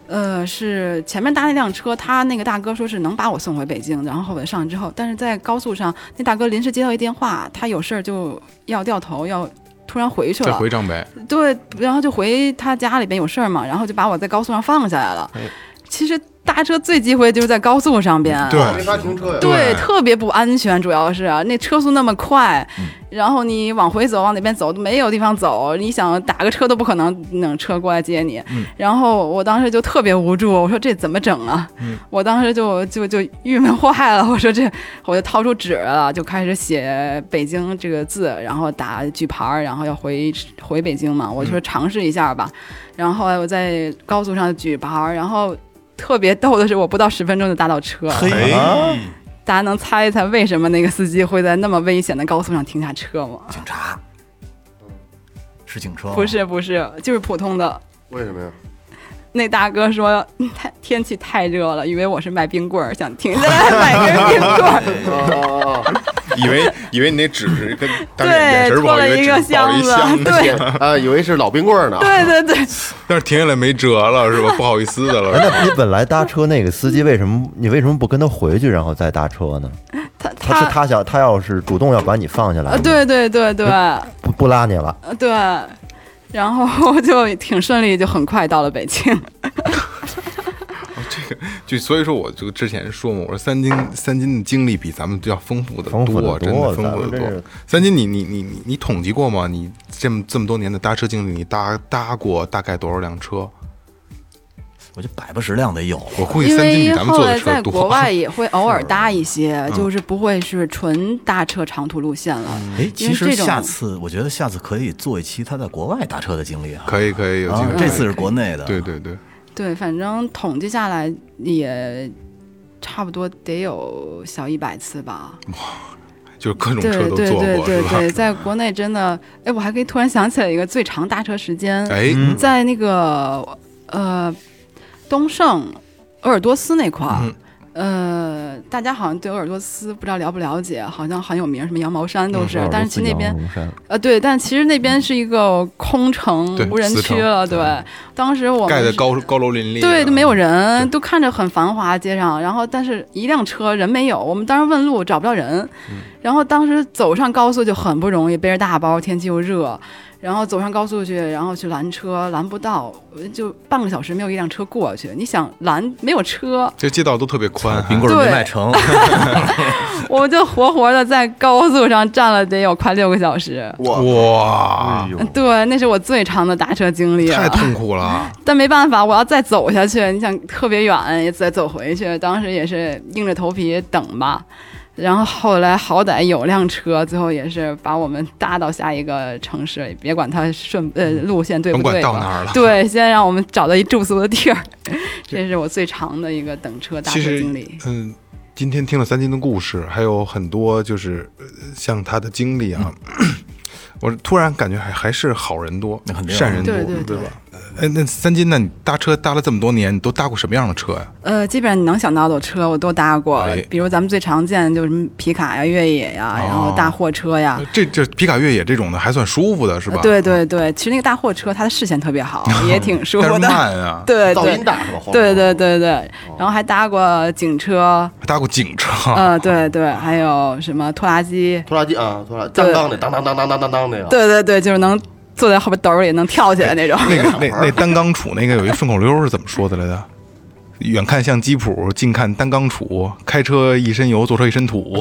H: 呃，是前面搭那辆车，他那个大哥说是能把我送回北京，然后我上之后，但是在高速上，那大哥临时接到一电话，他有事儿就要掉头，要突然回去
C: 再
H: 了，
C: 回张北，
H: 对，然后就回他家里边有事儿嘛，然后就把我在高速上放下来了。其实搭车最忌讳就是在高速上边，
C: 对
D: 没法停车呀。
C: 对
H: 对，特别不安全，主要是啊那车速那么快，然后你往回走，往哪边走都没有地方走，你想打个车都不可能弄车过来接你。然后我当时就特别无助，我说这怎么整啊？我当时就就就郁闷坏了，我说这，我就掏出纸来了，就开始写北京这个字，然后打举牌儿，然后要回回北京嘛，我就说尝试一下吧。然后后来我在高速上举牌儿，然后。特别逗的是，我不到十分钟就搭到车了，
G: 嘿，啊
H: 大家能猜一猜为什么那个司机会在那么危险的高速上停下车吗？
C: 哦
G: 警察，是警车吗，
H: 不是不是，就是普通的。
D: 为什么呀？
H: 那大哥说， 嗯太天 气太热了，以为我是卖冰棍儿，想停下来买根冰棍儿。
D: 啊，
C: 以为以为你那纸是跟当时眼
H: 对，
C: 神不
H: 拖
C: 好，以
H: 了
C: 为
H: 一
C: 纸
H: 个
C: 抱着一
H: 箱
C: 箱子，
H: 对
D: 啊，以为是老冰棍儿呢。
H: 对对对，
C: 但是停下来没辙了，是吧？不好意思的了，是吧
F: 哎那你本来搭车那个司机为什么你为什么不跟他回去，然后再搭车呢？
H: 他
F: 他是他想他要是主动要把你放下来
E: 啊
H: 呃，，，对对对对呃
F: 不不拉你了，
H: 对，然后就挺顺利，就很快到了北京。
C: 就所以说，我就之前说嘛，我说三金三金的经历比咱们就要丰富的
F: 丰富得多
C: 真的丰富
F: 咱们
C: 的
F: 这
C: 多
F: 是。
C: 三金你，你你你你统计过吗？你这么这么多年的搭车经历，你搭搭过大概多少辆车？
G: 我就百八十辆得有了。
C: 我估计
H: 因
C: 三金比
H: 为
C: 咱们
H: 后
C: 坐
H: 来
C: 的
H: 在
C: 车
H: 国
C: 多。嗯
H: 外也会偶尔搭一些，就是不会是纯搭车长途路线了。
G: 哎，
H: 因
G: 其
H: 为
G: 实
H: 这种
G: 下次我觉得下次可以做一期他在国外搭车的经历啊。
C: 可以可以，有机
G: 啊
C: 会。，
G: 这次是国内的，
C: 对对对，
H: 对，反正统计下来也差不多得有小一百次吧。
C: 就是各种
H: 对
C: 车
H: 对
C: 都
H: 对
C: 坐
H: 对
C: 过，是吧？
H: 对，在国内真的，哎，我还可以突然想起来一个最长搭车时间，
C: 哎，
H: 在那个呃东胜鄂尔多斯那块儿。
C: 嗯
H: 呃，大家好像对鄂尔多斯不知道了不了解，好像很有名，什么羊毛衫
C: 嗯
H: 都是。但是其实那边
F: 龙山
H: 呃，对，但其实那边是一个空城
C: 对，
H: 无人
C: 死
H: 区
C: 城
H: 了。对，当时我们
C: 盖的
H: 是
C: 高高楼林立，啊
H: 对，都没有。人，
C: 嗯对
H: 都看着很繁华街上，然后但是一辆车人没有，我们当时问路找不着人，
C: 嗯
H: 然后当时走上高速就很不容易，背着大包，天气又热，然后走上高速去，然后去拦车拦不到，呃就半个小时没有一辆车过去，你想拦没有车，
C: 这街道都特别宽，
G: 冰棍儿没
H: 对
G: 卖成，
H: 我们就活活的在高速上站了得有快六个小时。
D: 我
F: 哎
C: 哇，
H: 对，那是我最长的搭车经历了，
C: 太痛苦了。
H: 但没办法，我要再走下去，你想特别远也再走回去，当时也是硬着头皮等吧。然后后来好歹有辆车，最后也是把我们搭到下一个城市，也别管它顺呃路线对不对
C: 甭管到哪儿
H: 吧
C: 了。
H: 对，先让我们找到一住宿的地儿。 这是我最长的一个等车搭车
C: 其实
H: 经历。
C: 嗯，今天听了三金的故事，还有很多就是呃像他的经历啊， 我突然感觉还还是好人多
G: 那肯，定啊
C: 善人多，
H: 对对对
C: 吧？哎，那三金呢？你搭车搭了这么多年，你都搭过什么样的车呀、
H: 呃，基本上你能想到的车我都搭过，
C: 哎哦
H: 比如咱们最常见的就是什么皮卡呀、越野呀，然后大货车呀。
C: 这这皮卡越野这种的还算舒服的是吧？
H: 啊对对对，其实那个大货车它的视线特 别好，也挺舒
C: 但是
H: 服的。
C: 慢 啊，
H: 对
D: 噪音
H: 对
D: 大是吧？哦晃
H: 对对对对，然后还搭过警车，
D: 啊
C: 搭过警车，
H: 呃，对对，还有什么拖拉机，
D: 拖拉机啊，拖拉当当的，当当当当当当当那个。
H: 对对对，就是能坐在后边兜里能跳起来 那种。
C: 那个那那单缸杵那个有一顺口溜是怎么说的来着？远看像吉普，近看单缸杵，开车一身油，坐车一身土。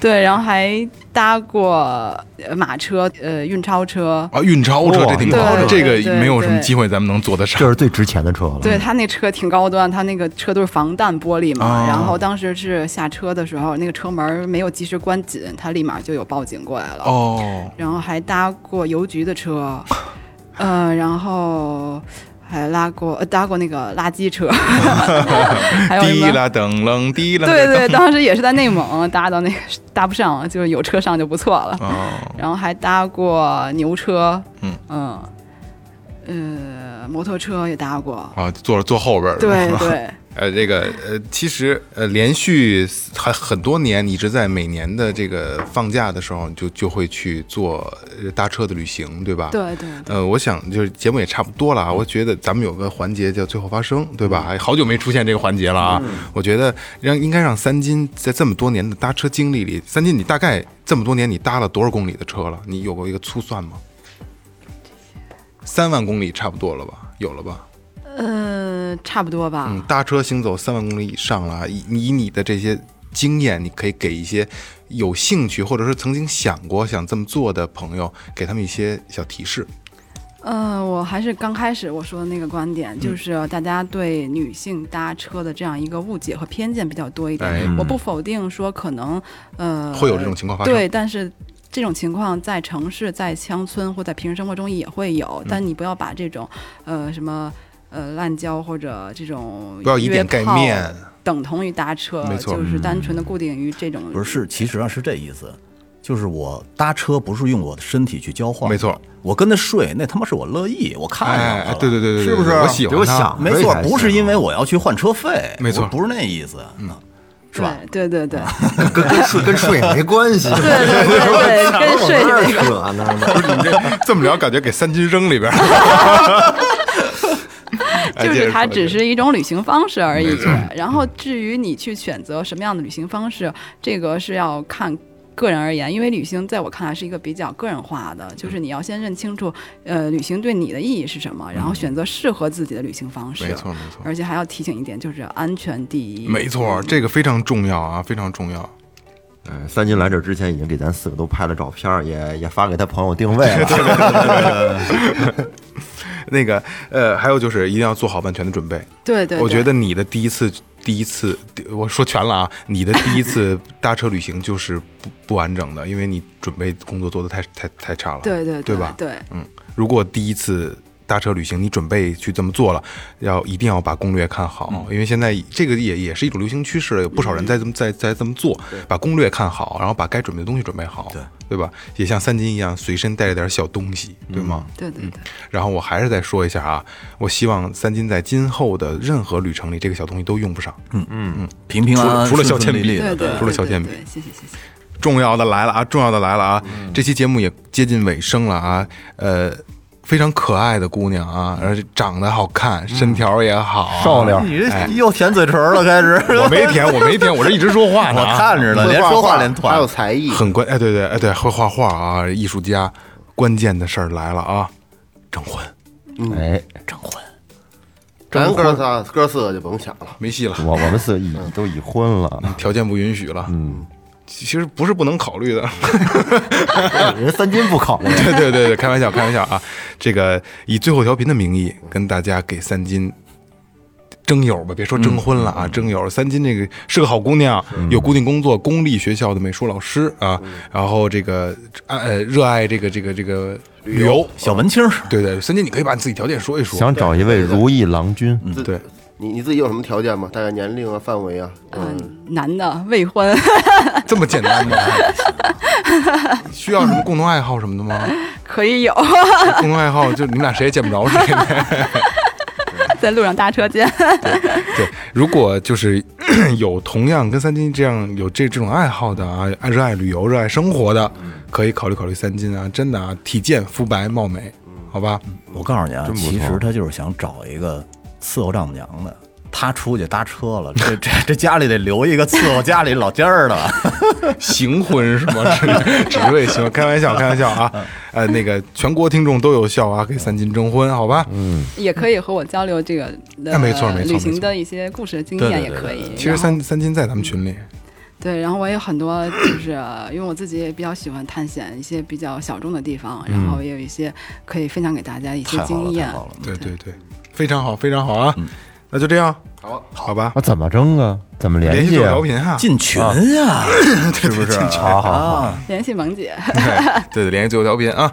H: 对，然后还搭过呃马车，呃，运钞
D: 哦
H: 车，
C: 啊，运钞车
F: 哇
C: 这挺高的，
H: 哦对
C: 这
H: 对
C: 个没有
H: 对
C: 什么
H: 对
C: 机会咱们能做得上
F: 这。是最值钱的车了。
H: 对他那车挺高端，他那个车都是防弹玻璃嘛。
D: 哦
H: 然后当时是下车的时候，那个车门没有及时关紧，他立马就有报警过来了。
C: 哦，
H: 然后还搭过邮局 的车，呃，然后还拉过、呃、搭过那个垃圾 车，还有什
C: 滴
H: 么？
C: 啦噔楞，滴啦噔
H: 对
C: 楞。
H: 对，当时也是在内蒙搭到那个搭不上，就是有车上就不错了。
C: 哦，
H: 然后还搭过牛车，
C: 嗯
H: 呃，摩托车也 搭过，
C: 啊，坐坐后边儿。
H: 对对。
C: 呃，这个呃，其实呃，连续还很多年，你一直在每年的这个放假的时候，你就就会去做呃搭车的旅行，对吧？。
H: 对对
C: 呃，我想就是节目也差不多了啊，我觉得咱们有个环节叫最后发声，对吧？哎好久没出现这个环节了啊，我觉得让应该让三金在这么多年的搭车经历里，三金你大概这么多年你搭了多少公里的车了？你有过一个粗算吗？三万公里差不多了吧？有了吧？
H: 呃，差不多吧。
C: 嗯，搭车行走三万公里以上了啊，以以你的这些经验，你可以给一些有兴趣或者说曾经想过想这么做的朋友，给他们一些小提示。
H: 呃，我还是刚开始我说的那个观点，
C: 嗯
H: 就是大家对女性搭车的这样一个误解和偏见比较多一点。
C: 哎
H: 我不否定说可能呃
C: 会有这种情况发生
H: 对，但是。这种情况在城市、在乡村或在平时生活中也会有，
C: 嗯
H: 但你不要把这种，呃，什么，呃，滥交或者这种
C: 不要以
H: 约
C: 点盖
H: 炮
C: 面
H: 等同于搭车
C: 没，错
H: 就是单纯的固定于这种。
G: 不是，是其实啊是这意思，就是我搭车不是用我的身体去交换，
C: 没错，
G: 我跟他睡那他妈是我乐意，我看上他
C: 哎
G: 了，，
C: 对对对对，
G: 是不是？
C: 我喜欢
E: 我
C: 他
E: 想
G: 没
E: 可以
G: 错
E: 还，
G: 不
E: 行
G: 是因为我要去换车费，
C: 没错
G: 我不是那意思，嗯，是吧？
H: 对对对
E: 跟跟睡跟睡也没关系，对
H: 对对对对，跟睡
E: 这 啊儿扯呢，
C: 不是你 这这么聊，感觉给三斤扔里边儿。 哎
H: 就
C: 接着
H: 是它
C: 说
H: 只是一种旅行方式而已
C: 没。错
H: 然后至于你去选择什么样的旅行方式，这个是要看。个人而言，因为旅行在我看来是一个比较个人化的，
C: 嗯
H: 就是你要先认清楚，呃，旅行对你的意义是什么，然后选择适合自己的旅行方式。
C: 嗯没错没错
H: 而且还要提醒一点，就是安全第一。
C: 没错，这个非常重要啊，非常重要。
E: 嗯，三金来这之前已经给咱四个都拍了照片儿，也也发给他朋友定位了。
C: 那个呃，还有就是一定要做好万全的准备。
H: 对对对，
C: 我觉得你的第一次，第一次，我说全了啊，你的第一次搭车旅行就是不不完整的，因为你准备工作做的太太太差了。
H: 对对
C: 对
H: 对
C: 吧？
H: 对
C: 嗯，如果第一次。搭车旅行，你准备去这么做了，要一定要把攻略看好，因为现在这个也也是一种流行趋势了，有不少人在这么在在这么做，把攻略看好，然后把该准备的东西准备好，对对吧？也像三金一样，随身带着点小东西，对吗？
H: 对对对，
C: 然后我还是再说一下啊，我希望三金在今后的任何旅程里，这个小东西都用不上。
G: 平平安安，
C: 除了除了
G: 顺
C: 小
G: 顺
C: 铅
G: 利
C: 笔
G: 利
H: 对
G: 的，
H: 对，
C: 除了小
H: 对
C: 健
H: 对
C: 笔
H: 对谢谢谢谢。
C: 重要的来了啊，重要的来了啊！
G: 嗯
C: 这期节目也接近尾声了啊，呃。非常可爱的姑娘啊，而且长得好
G: 嗯
C: 看，身条也好、
F: 少
C: 亮，
F: 亮
G: 你这又舔嘴唇了，开始。
C: 我没舔，我没舔，我这一直说话呢、
G: 我
C: 啊。
G: 看着呢，连说话连
D: 还
G: 团
D: 有。才艺，
C: 很关哎，对对哎对，会画画啊，艺术家。关键的事儿来了啊，征婚
F: 哎，
D: 咱哥仨哥四个就甭想了，
C: 没戏了，
F: 我我们四已都已婚了，
C: 条件不允许了。嗯，其实不是不能考虑的，
E: 人三金不考虑，
C: 对对对对，开玩笑开玩笑啊！这个以最后调频的名义跟大家给三金征友吧，别说征婚了啊，征友。三金这个是个好姑娘，有固定工作，公立学校的美术老师啊，然后这个爱呃热爱这个这个这个旅游。
G: 小文青儿，
C: 对对，三金，你可以把你自己条件说一说。
F: 想找一位如意郎君。
E: 嗯
D: 自
C: 对，
D: 你你自己有什么条件吗？大概年龄啊、范围啊？嗯，
H: 嗯，男的未婚，
C: 这么简单 吗？需要什么共同爱好什么的吗？
H: 可以有，
C: 共同爱好就你们俩谁也见不着谁。
H: 在路上搭车见。
C: 对，如果就是 有同样跟三金这样有这这种爱好的啊，爱热爱旅游、热爱生活的，可以考虑考虑三金啊，真的啊，体健、肤白、貌美，好吧？
G: 我告诉你啊，其实他就是想找一个伺候丈母娘的。他出去搭车了，这这这家里得留一个伺候家里老家儿的。
C: 行婚是吗？只只为行，开玩笑，开玩笑 啊！呃，那个全国听众都有效啊，给三金征婚，好吧？嗯，
H: 也可以和我交流这个
C: 哎
G: 嗯
H: 呃，
C: 没错没错
H: 旅
C: 没
H: 行
C: 错
H: 的一些故事经
G: 对
H: 验
G: 对
H: 也
G: 对
H: 可
G: 对
H: 以。
C: 其实
H: 然后
C: 三三金在咱们群里，
H: 对，然后我也有很多，就是呃因为我自己也比较喜欢探险一些比较小众的地方，然后也有一些可以分享给大家一些
G: 太好了，
H: 经
G: 太
H: 验。
G: 好了！
C: 对对对，非常好，非常好啊！那就这样，
D: 好，
C: 好吧？
F: 啊，怎么争啊？怎么
C: 联
F: 联
C: 系
F: 系
C: 做
F: 啊？
C: 调频啊，
G: 进群呀，
C: 是不是？啊
F: 好好好，
H: 联系萌姐，
C: 对对，联系最后调频啊。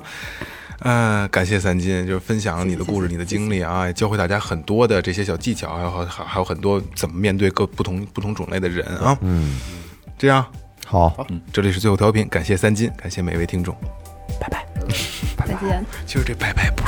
C: 呃，感谢三金，就是分享你的故事、你的经历啊，也教会大家很多的这些小技巧，还有还还有很多怎么面对各不同不同种类的人啊。嗯，这样，
F: 好，
C: 这里是最后调频，感谢三金，感谢每位听众。
H: 再见。
C: 其实这拜拜不